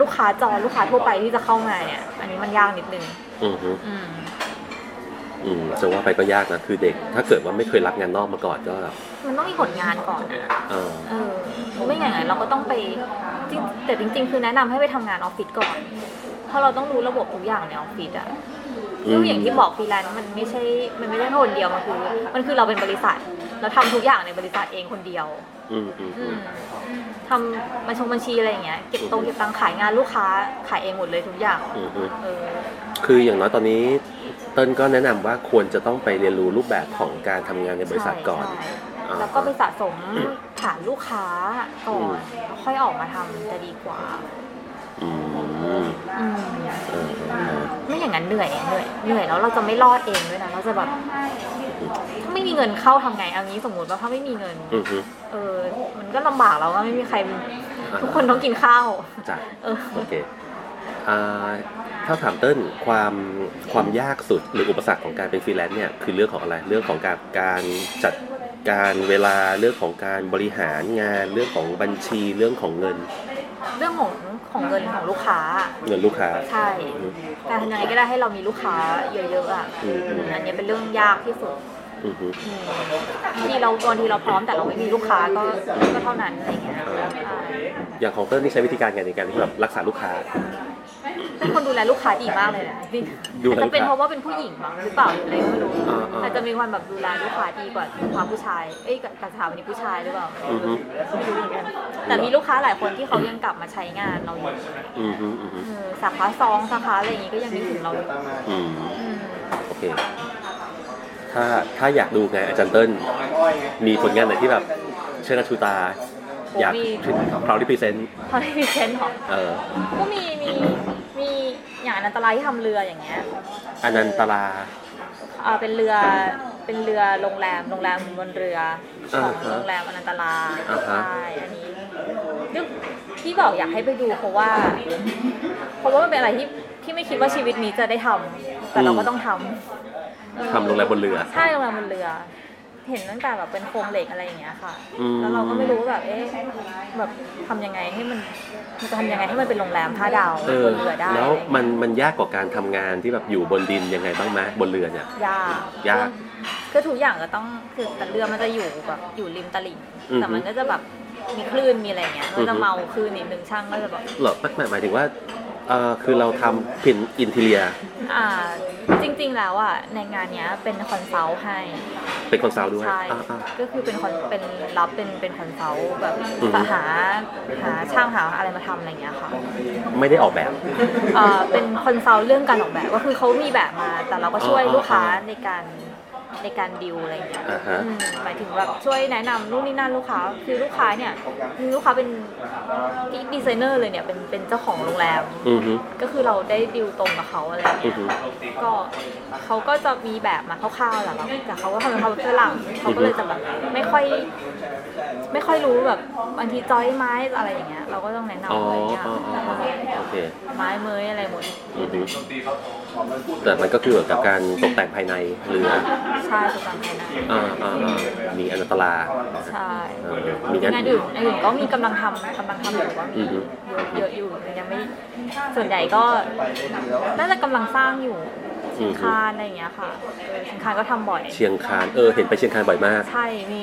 Speaker 2: ลูกค้าจอลูกค้าทั่วไปที่จะเข้ามาเนี่ย อันนี้มันยากนิดนึง
Speaker 1: อือฮึอืมจะว่าไปก็ยากนะ คือเด็ก ถ้าเกิดว่าไม่เคยรับงานนอกมาก่อนก็
Speaker 2: มันต้องมีผลงานก่อนอะ
Speaker 1: เออ
Speaker 2: เออไม่อย่างนั้นเราก็ต้องไปจริงแต่จริง ๆ คือแนะนำให้ไปทำงานออฟฟิศก่อนเพราะเราต้องรู้ระบบทุกอย่างในออฟฟิศอะคืออย่างที่บอกฟรีแลนซ์มันไม่ใช่ มันไม่ใช่คนเดียวมันคือมันคือเราเป็นบริษัท เราทำทุกอย่างในบริษัทเองคนเดียว
Speaker 1: อืมอืมอืม
Speaker 2: ทำบัญชงบัญชีอะไรอย่างเงี้ยเก็บตรงเก็บตังค์ขายงานลูกค้าขายเองหมดเลยทุกอย่าง
Speaker 1: อืมอืม
Speaker 2: เออ
Speaker 1: คืออย่างน้อยตอนนี้ เต้นก็แนะนำว่าควรจะต้องไปเรียนรู้รูปแบบของการทำงานในบริษัทก่อน
Speaker 2: ใช่
Speaker 1: อ่า
Speaker 2: แล้วก็ไปสะสมฐานลูกค้าก่อนแล้วค่อยออกมาทำจะดีกว่า
Speaker 1: อืม
Speaker 2: อืม
Speaker 1: เออเออ
Speaker 2: ไม่อย่างนั้นเหนื่อยเหนื่อยเหนื่อยแล้วเราจะไม่รอดเองด้วยนะเราจะแบบถ้าไม่มีเงินเข้าทำไงเอางี้สมมติว่าถ้าไม่มีเงิน
Speaker 1: อืมอืม
Speaker 2: เออ มันก็ลำบากแล้วว่าไม่มีใคร
Speaker 1: อ่า
Speaker 2: ทุกคนต้องกินข้าว
Speaker 1: จ้ะ
Speaker 2: เออ
Speaker 1: โอเคอ่าถ้าถามเต้นความความยากสุดหรืออุปสรรคของการเป็นฟรีแลนซ์เนี่ยคือเรื่องของอะไร เรื่องของการการจัดการเวลาเรื่องของการบริหารงานเรื่องของบัญชีเรื่องของเงิน
Speaker 2: เรื่องของของเงินของลูกค้า
Speaker 1: เงินลูกค้า
Speaker 2: ใช่การทำยังไงก็ได้ให้เรามีลูกค้าเยอะๆอ่ะ
Speaker 1: อืม
Speaker 2: อืมอันเนี้ยเป็นเรื่องยากที่สุด
Speaker 1: อือฮึ
Speaker 2: อืมบางทีเราบางทีเราพร้อมแต่เราไม่มีลูกค้าก็ก็เท่านั้นอะไรเงี้ย
Speaker 1: เออ
Speaker 2: ใช่
Speaker 1: อย่างของเติ้ลนี่ใช้วิธีการไงในการที่แบบรักษาลูกค้า
Speaker 2: เป็นคนดูแลลูกค้าดีมากเลยนะจริง
Speaker 1: ดูแล
Speaker 2: อาจ
Speaker 1: ลูกค้า
Speaker 2: จะเป็นเพราะว่าเป็นผู้หญิงมั้งหรือเปล่าหรืออะไรก็ไม่รู้
Speaker 1: อ่าอ่า
Speaker 2: อาจจะมีความแบบดูแลลูกค้าดีกว่าความผู้ชายเอ้ยกับกับสถาวนี้ผู้ชายหรือเปล่า
Speaker 1: อือฮึ
Speaker 2: ไม่รู้เหมือนกันแต่มีลูกค้าหลายคนที่เขายังกลับมาใช้งานเราอยู่
Speaker 1: อือฮึอือฮึ
Speaker 2: เออสาขาสองสาขาอะไรอย่างงี้ก็ยังนึกถึงเราอยู่
Speaker 1: อืม
Speaker 2: อืม
Speaker 1: โอเค ถ้าถ้าอยากดูไงานอาจารย์เติ้ลมีผลงานไหนที่แบบเชิญชูตา อยากพราวที่พรีเซนต์
Speaker 2: พอได้พรีเซนต์หรอ
Speaker 1: เออ
Speaker 2: ก็มีมีมีอย่างอันตรายที่ทำเรืออย่างเงี้ย
Speaker 1: อนันตลา
Speaker 2: เอ่อเป็นเรือเป็นเรือโรงแรมโรงแรมบนเรือของ
Speaker 1: อ่าฮะ
Speaker 2: โรงแรมอนันตลา
Speaker 1: อ่าฮะ
Speaker 2: ใช่อันนี้ซึ่งที่บอกอยากให้ไปดูเพราะว่า เพราะว่ามันเป็นอะไรที่ที่ไม่คิดว่าชีวิตนี้จะได้ทำแต่เราก็ต้องทำเออ
Speaker 1: ทำโรงแรมบนเรือ
Speaker 2: ใช่โรงแรมบนเรือ เห็นตั้งแต่แบบเป็นโครงเหล็กอะไรอย่างเงี้ยค่ะ
Speaker 1: อืม
Speaker 2: แล้วเราก็ไม่รู้ว่าแบบเอ๊ะแบบทำยังไงให้มันมันจะทำยังไงให้มันเป็นโรงแรมท่าดาว
Speaker 1: เอบ อน
Speaker 2: เรือได้
Speaker 1: แล้วมันมันยากกว่าการทำงานที่แบบอยู่บนดินยังไงบ้างไหมบนเรือเนี่ย
Speaker 2: ยาก
Speaker 1: ยาก
Speaker 2: ก็ทุกอย่างก็ต้องคือแต่เรือมันจะอยู่แบบอยู่ริมตลิ่ง
Speaker 1: อือฮึ
Speaker 2: แต่มันก็จะแบบมีคลื่นมีอะไรเงี้ยมัน
Speaker 1: อือฮึ
Speaker 2: จะเมาคลื่นนิดนึงช่างก็จะแบบ
Speaker 1: หรอหมายหมายถึงว่า เอ่อคือเราทำผินอินเทีย
Speaker 2: อ่าจริงๆแล้วอ่ะในงานเนี้ยเป็นคอนซัลท์ให้
Speaker 1: เป็นคอนซัลท์ด้วย
Speaker 2: ใช่
Speaker 1: อ่าอ่า
Speaker 2: ก็คือเป็นคอนเป็นรับเป็นเป็นคอนซัลท์แบบ
Speaker 1: อืม
Speaker 2: หาหาช่างหาอะไรมาทำอะไรอย่างเงี้ยค่ะ
Speaker 1: ไม่ได้ออกแบบ
Speaker 2: เอ่อเป็นคอนซัลท์เรื่องการออกแบบก็คือเขามีแบบมา แต่เราก็ช่วย
Speaker 1: อ๋อ
Speaker 2: ลูกค้า
Speaker 1: อ๋อ
Speaker 2: ในการในการดิวอะไรอย่างเงี้ย
Speaker 1: อ่าฮะ
Speaker 2: อืมหมายถึงแบบช่วยแนะนำนู่นนี่นั่นลูกค้า คือลูกค้าเนี่ยคือลูกค้าเป็นดีไซเนอร์เลยเนี่ยเป็นเป็นเจ้าของโรงแรม
Speaker 1: อือฮึ
Speaker 2: ก็คือเราได้ดิวตรงกับเขาอะไรอย่าง
Speaker 1: อื
Speaker 2: เงี้
Speaker 1: อยฮึ
Speaker 2: ก็เขาก็จะมีแบบมาคร่าวๆแหละแล้วแต่เขาก็ทำเป็นเขาเป็นฝรั่งเขาก็เลยจะแบบไม่ค่อย ไม่ค่อยรู้แบบบางทีจอยไม้อะไรอย่างเงี้ย เราก็ต้องแนะนำอะไรอย่างเงี้ย
Speaker 1: อ๋ออ๋ออ๋อโอเค
Speaker 2: ไม้เมยอะไรหมด
Speaker 1: อือฮึแต่มันก็คือเกี่ยวกับการตกแต่งภายในเรือ
Speaker 2: ใช่สุดท้ายนะ
Speaker 1: อ่าอ่าอ่ามีอนันตลา
Speaker 2: ใช่
Speaker 1: เอ่อมีงาน
Speaker 2: งาน
Speaker 1: อื่
Speaker 2: อื่
Speaker 1: น
Speaker 2: นงานอื่นก็มีกำลังทำกำลังทำอยู่ว่ามี
Speaker 1: อือฮึ
Speaker 2: เยอะๆอยู่ยังไม่ส่วนใหญ่ก็น่าจะกำลังสร้างอยู่ชิงคานอะไรอย่างเงี้ยค่ะเออชิงคานก็ทำบ่อย
Speaker 1: เชียงคาน เออ เห็นไปเชียงคานบ่อยมาก
Speaker 2: ใช่มี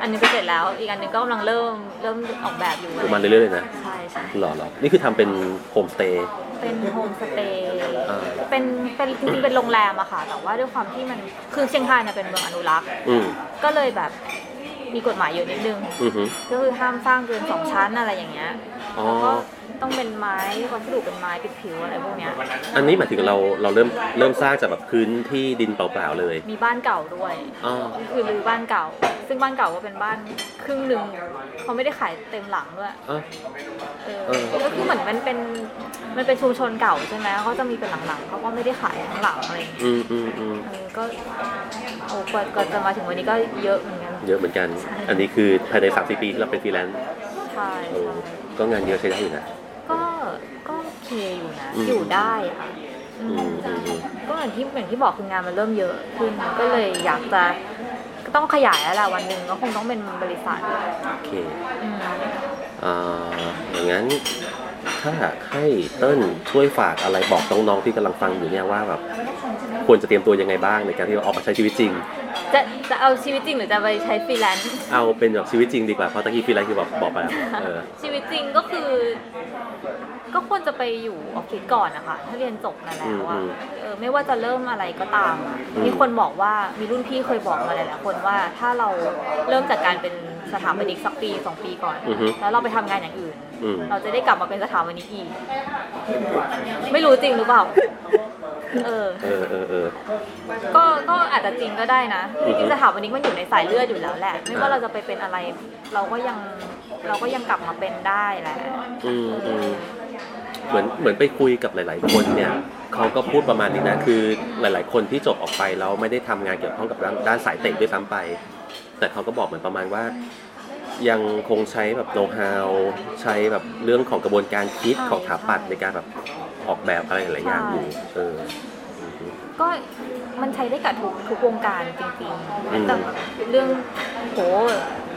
Speaker 2: อันหนึงก็เสร็จแล้ว อีกอันหนึงก็กำลังเริ่มเริ่มออกแบบอยู่
Speaker 1: ประมาณเรื่อยๆเลยนะ
Speaker 2: ใช่ใช่
Speaker 1: หรอหรอนี่คือทำเป็นโฮมสเตย์
Speaker 2: เป็นโฮมสเตย์
Speaker 1: อ่า
Speaker 2: เป็นเป็นจริงๆเป็นโรงแรมอะค่ะ แต่ว่าด้วยความที่มันคือเชียงคานเนี่ยเป็นเมืองอนุรักษ์
Speaker 1: อืม
Speaker 2: ก็เลยแบบมีกฎหมายเยอะนิดนึง
Speaker 1: อือฮึ
Speaker 2: ก็คือห้ามสร้างเกินสองชั้นอะไรอย่างเงี้ย
Speaker 1: อ๋อ
Speaker 2: แล้วก็ต้องเป็นไม้วัสดุเป็นไม้ปิดผิวอะไรพวกเนี้ย
Speaker 1: อันนี้หมายถึงเราเราเริ่มเริ่มสร้างจากแบบพื้นที่ดินเปล่าๆเลย
Speaker 2: มีบ้านเก่าด้วย
Speaker 1: อ๋อ
Speaker 2: ก็คือรื้อบ้านเก่า ซึ่งบ้านเก่าก็เป็นบ้านครึ่งหนึ่งเขาไม่ได้ขายเต็มหลังด้วย
Speaker 1: อ๋อ
Speaker 2: เออ
Speaker 1: เออ
Speaker 2: ก็คือเหมือนมันเป็น มันเป็นชุมชนเก่าใช่ไหมเขาจะมีเป็นหลังๆเขาก็ไม่ได้ขายทั้งหลังอะไรอย่างเงี้ย
Speaker 1: อืมอืมอืม
Speaker 2: เออก็โอ้กว่าก็จะมาถึงวันนี้ก็เยอะเหมือนกัน
Speaker 1: เยอะเหมือนกัน อันนี้คือภายใน3 4ปีที่เราเป็นฟรีแลนซ์
Speaker 2: ใช่
Speaker 1: เออ
Speaker 2: ใช่
Speaker 1: ก็งานเยอะใช้ได้อยู่นะ
Speaker 2: ก็ ก็โอเคอยู่นะ
Speaker 1: อืม
Speaker 2: อยู่ได้อะค่ะอื
Speaker 1: อืม
Speaker 2: ม
Speaker 1: อืมอืม
Speaker 2: ก็เหมือนที่เหมือนที่บอกคืองานมันเริ่มเยอะขึ้นก็เลยอยากจะก็ต้องขยายแล้วล่ะวันหนึ่งก็คงต้องเป็นบริษัท
Speaker 1: โอเค
Speaker 2: อืม
Speaker 1: เอ่ออย่างนั้นถ้าให้เติ้ลช่วยฝากอะไรบอกน้องๆที่กำลังฟังอยู่เนี่ยว่าแบบควรจะเตรียมตัวยังไงบ้างในการที่เราออกมาใช้ชีวิตจริง
Speaker 2: จะจะเอาชีวิตจริงหรือจะไปใช้ฟรีแลนซ์
Speaker 1: เอาเป็นแบบชีวิตจริงดีกว่าเพราะตะกี้ฟรีแลนซ์คือแบบบอกไปแล้วเออ
Speaker 2: ชีวิตจริงก็คือ ก็ควรจะไปอยู่ออฟฟิศก่อนนะคะถ้าเรียนจบมาแล้ว
Speaker 1: อื
Speaker 2: อะ
Speaker 1: ม
Speaker 2: เออไม่ว่าจะเริ่มอะไรก็ตามอะ
Speaker 1: อืม
Speaker 2: มีคนบอกว่ามีรุ่นพี่เคยบอกมาหลายๆคนว่าถ้าเราเริ่มจากการเป็นสถาปนิกสักปีสองปีก่อน
Speaker 1: อือฮึ
Speaker 2: แล้วเราไปทำงานอย่างอื่น
Speaker 1: อืม
Speaker 2: เราจะได้กลับมาเป็นสถาปนิกอีก ไม่รู้จริงหรือเปล่า เออ
Speaker 1: เออเออเออ
Speaker 2: ก็ ก็อาจจะจริงก็ได้นะ
Speaker 1: อือฮึ
Speaker 2: ที่สถาปนิกมันอยู่ในสายเลือดอยู่แล้วแหละ ไม่ว่าเราจะไปเป็นอะไร เราก็ยัง เราก็ยังกลับมาเป็นได้แหละ
Speaker 1: อืมอืมเหมือนเหมือนไปคุยกับหลาย ๆ คนเนี่ยเขาก็พูดประมาณนี้นะคือหลาย ๆ คนที่จบออกไปแล้วไม่ได้ทำงานเกี่ยวข้องกับด้านด้านสายเตะด้วยซ้ำไป แต่เขาก็บอกเหมือนประมาณว่า ยังคงใช้แบบโน้ตฮาวใช้แบบเรื่องของกระบวนการคิด
Speaker 2: ใช่
Speaker 1: ของสถาปัตย์ในการแบบออกแบบอะไรหลายๆอย่างอ
Speaker 2: ใช่
Speaker 1: ยู่เออ
Speaker 2: ก็มันใช้ได้กับทุกทุกวงการจริง
Speaker 1: อืม
Speaker 2: ๆแต่เรื่องโห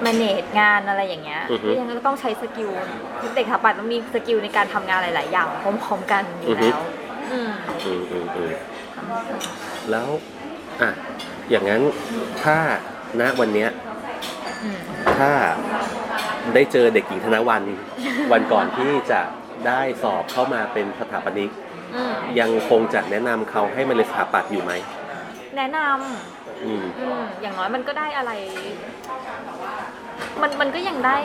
Speaker 2: มเนจงานอะไรอย่างเงี้ย
Speaker 1: อือฮึ
Speaker 2: ก็ยังก็ต้องใช้สกิลเด็กสถาปัตย์ต้องมีสกิลในการทำงานหลาย ๆ อย่างพร้อมๆกันอ
Speaker 1: อือฮึ
Speaker 2: ยู่แล้วอื
Speaker 1: อื
Speaker 2: ม
Speaker 1: มอืมอืมแล้วอ่ะอย่างนั้นถ้าณวันเนี้ย
Speaker 2: อืม
Speaker 1: ถ้าได้เจอเด็กหญิงธนวัน วันก่อนที่จะได้สอบเข้ามาเป็นสถาปนิก
Speaker 2: อืม
Speaker 1: ยังคงจะแนะนำเขาให้มาเรียนสถาปัตย์อยู่ไหม
Speaker 2: แนะนำ
Speaker 1: อืม
Speaker 2: อืมอย่างน้อยมันก็ได้อะไร มันมันก็ยังได้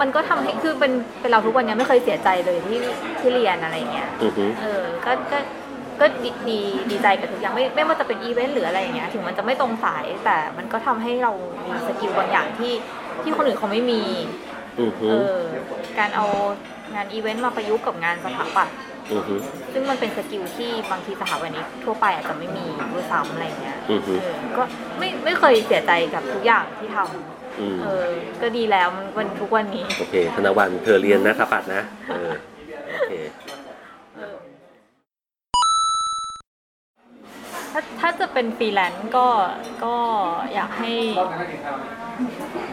Speaker 2: มันก็ทำให้คือเป็นเป็นเราทุกวันเนี้ยไม่เคยเสียใจเลยที่ที่เรียนอะไรอย่างเงี้ย
Speaker 1: อือฮึ
Speaker 2: เออ ก็ก็ก็ดีดีดีใจกับทุกอย่างไม่ไม่ว่าจะเป็นอีเวนต์หรืออะไรอย่างเงี้ย ถึงมันจะไม่ตรงสาย แต่มันก็ทำให้เรามีสกิลบางอย่างที่ที่คนอื่นเขาไม่มี
Speaker 1: อือ
Speaker 2: เอ
Speaker 1: ฮึ
Speaker 2: อ การเอางานอีเวนต์มาประยุกต์กับงานสถาปัตย์
Speaker 1: อือฮึ
Speaker 2: ซึ่งมันเป็นสกิลที่บางทีสถาปนิกทั่วไปอาจจะไม่มีด้วยซ้ำอะไรอย่างเงี้ย
Speaker 1: อือฮึ
Speaker 2: เออก็ไม่ไม่เคยเสียใจกับทุกอย่างที่ทำ
Speaker 1: อืม
Speaker 2: เออ ก็ดีแล้วมันวันทุกวันนี้
Speaker 1: โอเค ธนวันเธอเรียนนะสถาปัตย์นะ เออ โอเค
Speaker 2: ถ้าถ้าจะเป็นฟรีแลนซ์ก็ก็อยากให้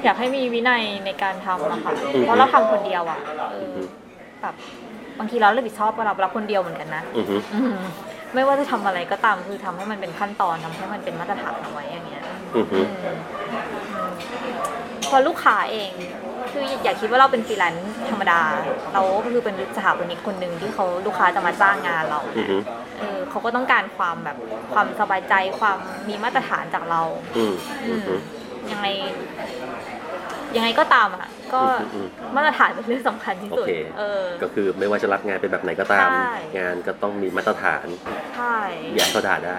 Speaker 2: อยากให้มีวินัยในการทำอะค่ะ
Speaker 1: อือฮึ
Speaker 2: เพราะเราทำคนเดียวอะเอ
Speaker 1: อือ
Speaker 2: อ
Speaker 1: ฮึ
Speaker 2: แบบบางทีเรารับผิดชอบเราเราคนเดียวเหมือนกันนะ
Speaker 1: อือฮึ
Speaker 2: อืมไม่ว่าจะทำอะไรก็ตามคือทำให้มันเป็นขั้นตอนทำให้มันเป็นมาตรฐานเอาไว้อย่างเงี้ย
Speaker 1: อือฮึ
Speaker 2: อืมอืมพอลูกค้าเอง คืออย่าคิดว่าเราเป็นฟรีแลนซ์ธรรมดา เราก็คือเป็นสถาปนิกคนหนึ่งที่เขาลูกค้าจะมาจ้างงานเรา
Speaker 1: อือฮึ
Speaker 2: เออเขาก็ต้องการความแบบความสบายใจความมีมาตรฐานจากเรา
Speaker 1: อืม
Speaker 2: อื
Speaker 1: อื
Speaker 2: ม
Speaker 1: อฮึ
Speaker 2: ยังไง ยังไงก็ตามอ่ะ ก็
Speaker 1: อืม
Speaker 2: มาตรฐานเป็นเรื่องสำคัญที่สุด
Speaker 1: โอเค
Speaker 2: เออ
Speaker 1: ก็คือไม่ว่าจะรับงานเป็นแบบไหนก็ตาม
Speaker 2: ใช่
Speaker 1: งานก็ต้องมีมาตรฐาน
Speaker 2: ใช่
Speaker 1: อย่าให้เขาด่าได้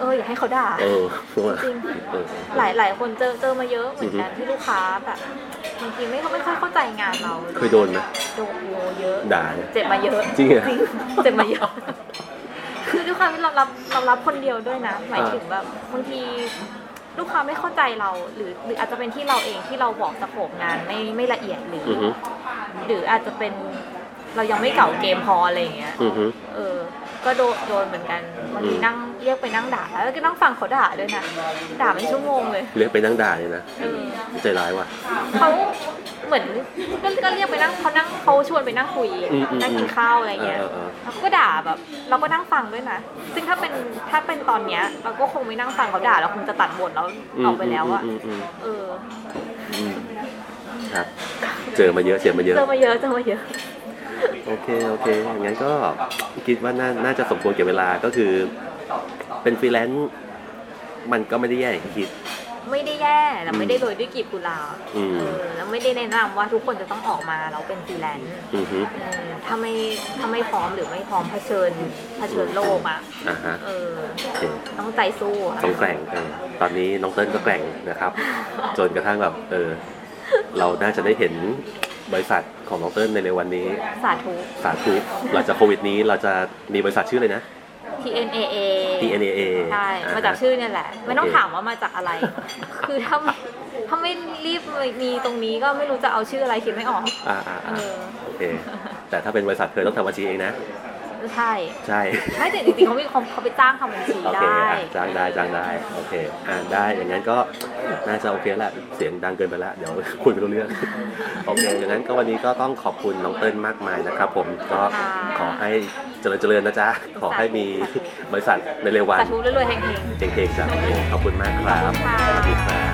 Speaker 2: เออ อย่าให้เขาด่า
Speaker 1: เออเพราะว่า
Speaker 2: จริง
Speaker 1: เออ
Speaker 2: หลายหลายคนเจอเจอมาเยอะเหมือนกัน
Speaker 1: อือฮึ
Speaker 2: ที่ลูกค้าแบบบางทีไม่ไม่ค่อยเข้าใจงานเรา
Speaker 1: เคยโดนไหม
Speaker 2: โดนโยเยอะ
Speaker 1: ด่าไหม
Speaker 2: เจ็บมาเยอะ
Speaker 1: จริงเหร อ
Speaker 2: เจ็บมาเยอะ คือด้วยความที่เรารับเรารับคนเดียวด้วยนะ หมายถึงแบบบางทีลูกค้าไม่เข้าใจเรา หรือหรืออาจจะเป็นที่เราเองที่เราบอกสโคปงานไม่ไม่ละเอียดหรืออ
Speaker 1: อฮึ
Speaker 2: หรืออาจจะเป็นเรายังไม่เก่าเกมพออะไรอย่างเงี้ย
Speaker 1: อือฮึ
Speaker 2: เออ ก็โดนโดนเหมือนกันบางที
Speaker 1: อืม
Speaker 2: นั่งเรียกไปนั่งด่าแล้วก็นั่งฟังเขาด่าด้วยนะด่าเป็นชั่วโมงเลย
Speaker 1: เรียกไปนั่งด่าเนี่ยนะ
Speaker 2: เออ
Speaker 1: ใจร้ายว่ะ
Speaker 2: เขาเหมือนก็ก็เรียกไปนั่งเขานั่งเขาชวนไปนั่งคุย
Speaker 1: อืมอืม
Speaker 2: นั่งกินข้าวอะไรเงี้ย
Speaker 1: เออเออเออ
Speaker 2: แล้วเขาก็ด่าแบบ เราก็นั่งฟังด้วยนะซึ่งถ้าเป็นถ้าเป็นตอนเนี้ย เราก็คงไม่นั่งฟังเขาด่าเราคงจะตัดบทแล้วออกไปแล้วอะ
Speaker 1: มม
Speaker 2: เออ
Speaker 1: อืมครับ เจอมาเยอะเจอมาเยอะ
Speaker 2: เจอมาเยอะเจอมาเยอะ
Speaker 1: โอเค โอเค งั้นก็คิดว่าน่าน่าจะสมควรเก็บเวลาก็คือ เป็นฟรีแลนซ์มันก็ไม่ได้แย่อย่างที่คิด
Speaker 2: ไม่ได้แย่แต่ไม่ได้โรยด้วยกลีบกุหลาบ
Speaker 1: อืม
Speaker 2: เออแล้วไม่ได้แนะนำว่าทุกคนจะต้องออกมาแล้วเป็นฟรีแลนซ์
Speaker 1: อือฮึ
Speaker 2: เออถ้าไม่ถ้าไม่พร้อมหรือไม่พร้อมเผชิญเผชิญโลกอะ
Speaker 1: อ่าฮะ
Speaker 2: เออ
Speaker 1: โอเค
Speaker 2: ต้องใจสู้อะ
Speaker 1: ต้องแกร่งเออตอนนี้น้องเติ้ลก็แกร่งนะครับ จนกระทั่งแบบ เออ เราน่าจะได้เห็นบริษัทของน้องเติ้ลในเร็ววันนี้
Speaker 2: สาธุ
Speaker 1: สาธุหลังจากโควิดนี้เราจะมีบริษัทชื่อเลยนะ
Speaker 2: TNAA
Speaker 1: TNAA
Speaker 2: ใช่
Speaker 1: ฮะ
Speaker 2: มาจากชื่อเนี่ยแหละ ไม่ต้อง
Speaker 1: โอเค
Speaker 2: ถามว่ามาจากอะไร คือถ้าถ้าไม่รีบมีตรงนี้ก็ไม่รู้จะเอาชื่ออะไรคิดไม่ออก
Speaker 1: อ่าอ่า
Speaker 2: เอ
Speaker 1: อ่า
Speaker 2: อ
Speaker 1: โอเค แต่ถ้าเป็นบริษัทเธอต้องทำบัญชีเองนะ
Speaker 2: ใช่
Speaker 1: ใช่
Speaker 2: ไม่แต่จริงๆเขามีความเขาไปจ้างทำบัญชี
Speaker 1: โอ
Speaker 2: ได
Speaker 1: เค้ อ่ะจ้างได้จ้างได้โอเคอ่านได้อย่างนั้นก็น่าจะโอเคแล้วเสียงดังเกินไปแล้วเดี๋ยว คุยไม่รู้เรื่อง โอเคอย่างนั้นก็วันนี้ก็ต้องขอบคุณน้องเติ้ลมากมายนะครับ ผมก็
Speaker 2: ค่ะ
Speaker 1: ขอให้เจริญเจริญนะจ๊ะขอให้มี
Speaker 2: สาธุ
Speaker 1: บริษัทในเร็ววัน
Speaker 2: สาธุเรื่อยๆแห่งๆ
Speaker 1: เก่งๆจ้ะโอเคขอบคุณมากครับ
Speaker 2: ขอบคุณค่ะ
Speaker 1: สวัสดีครับ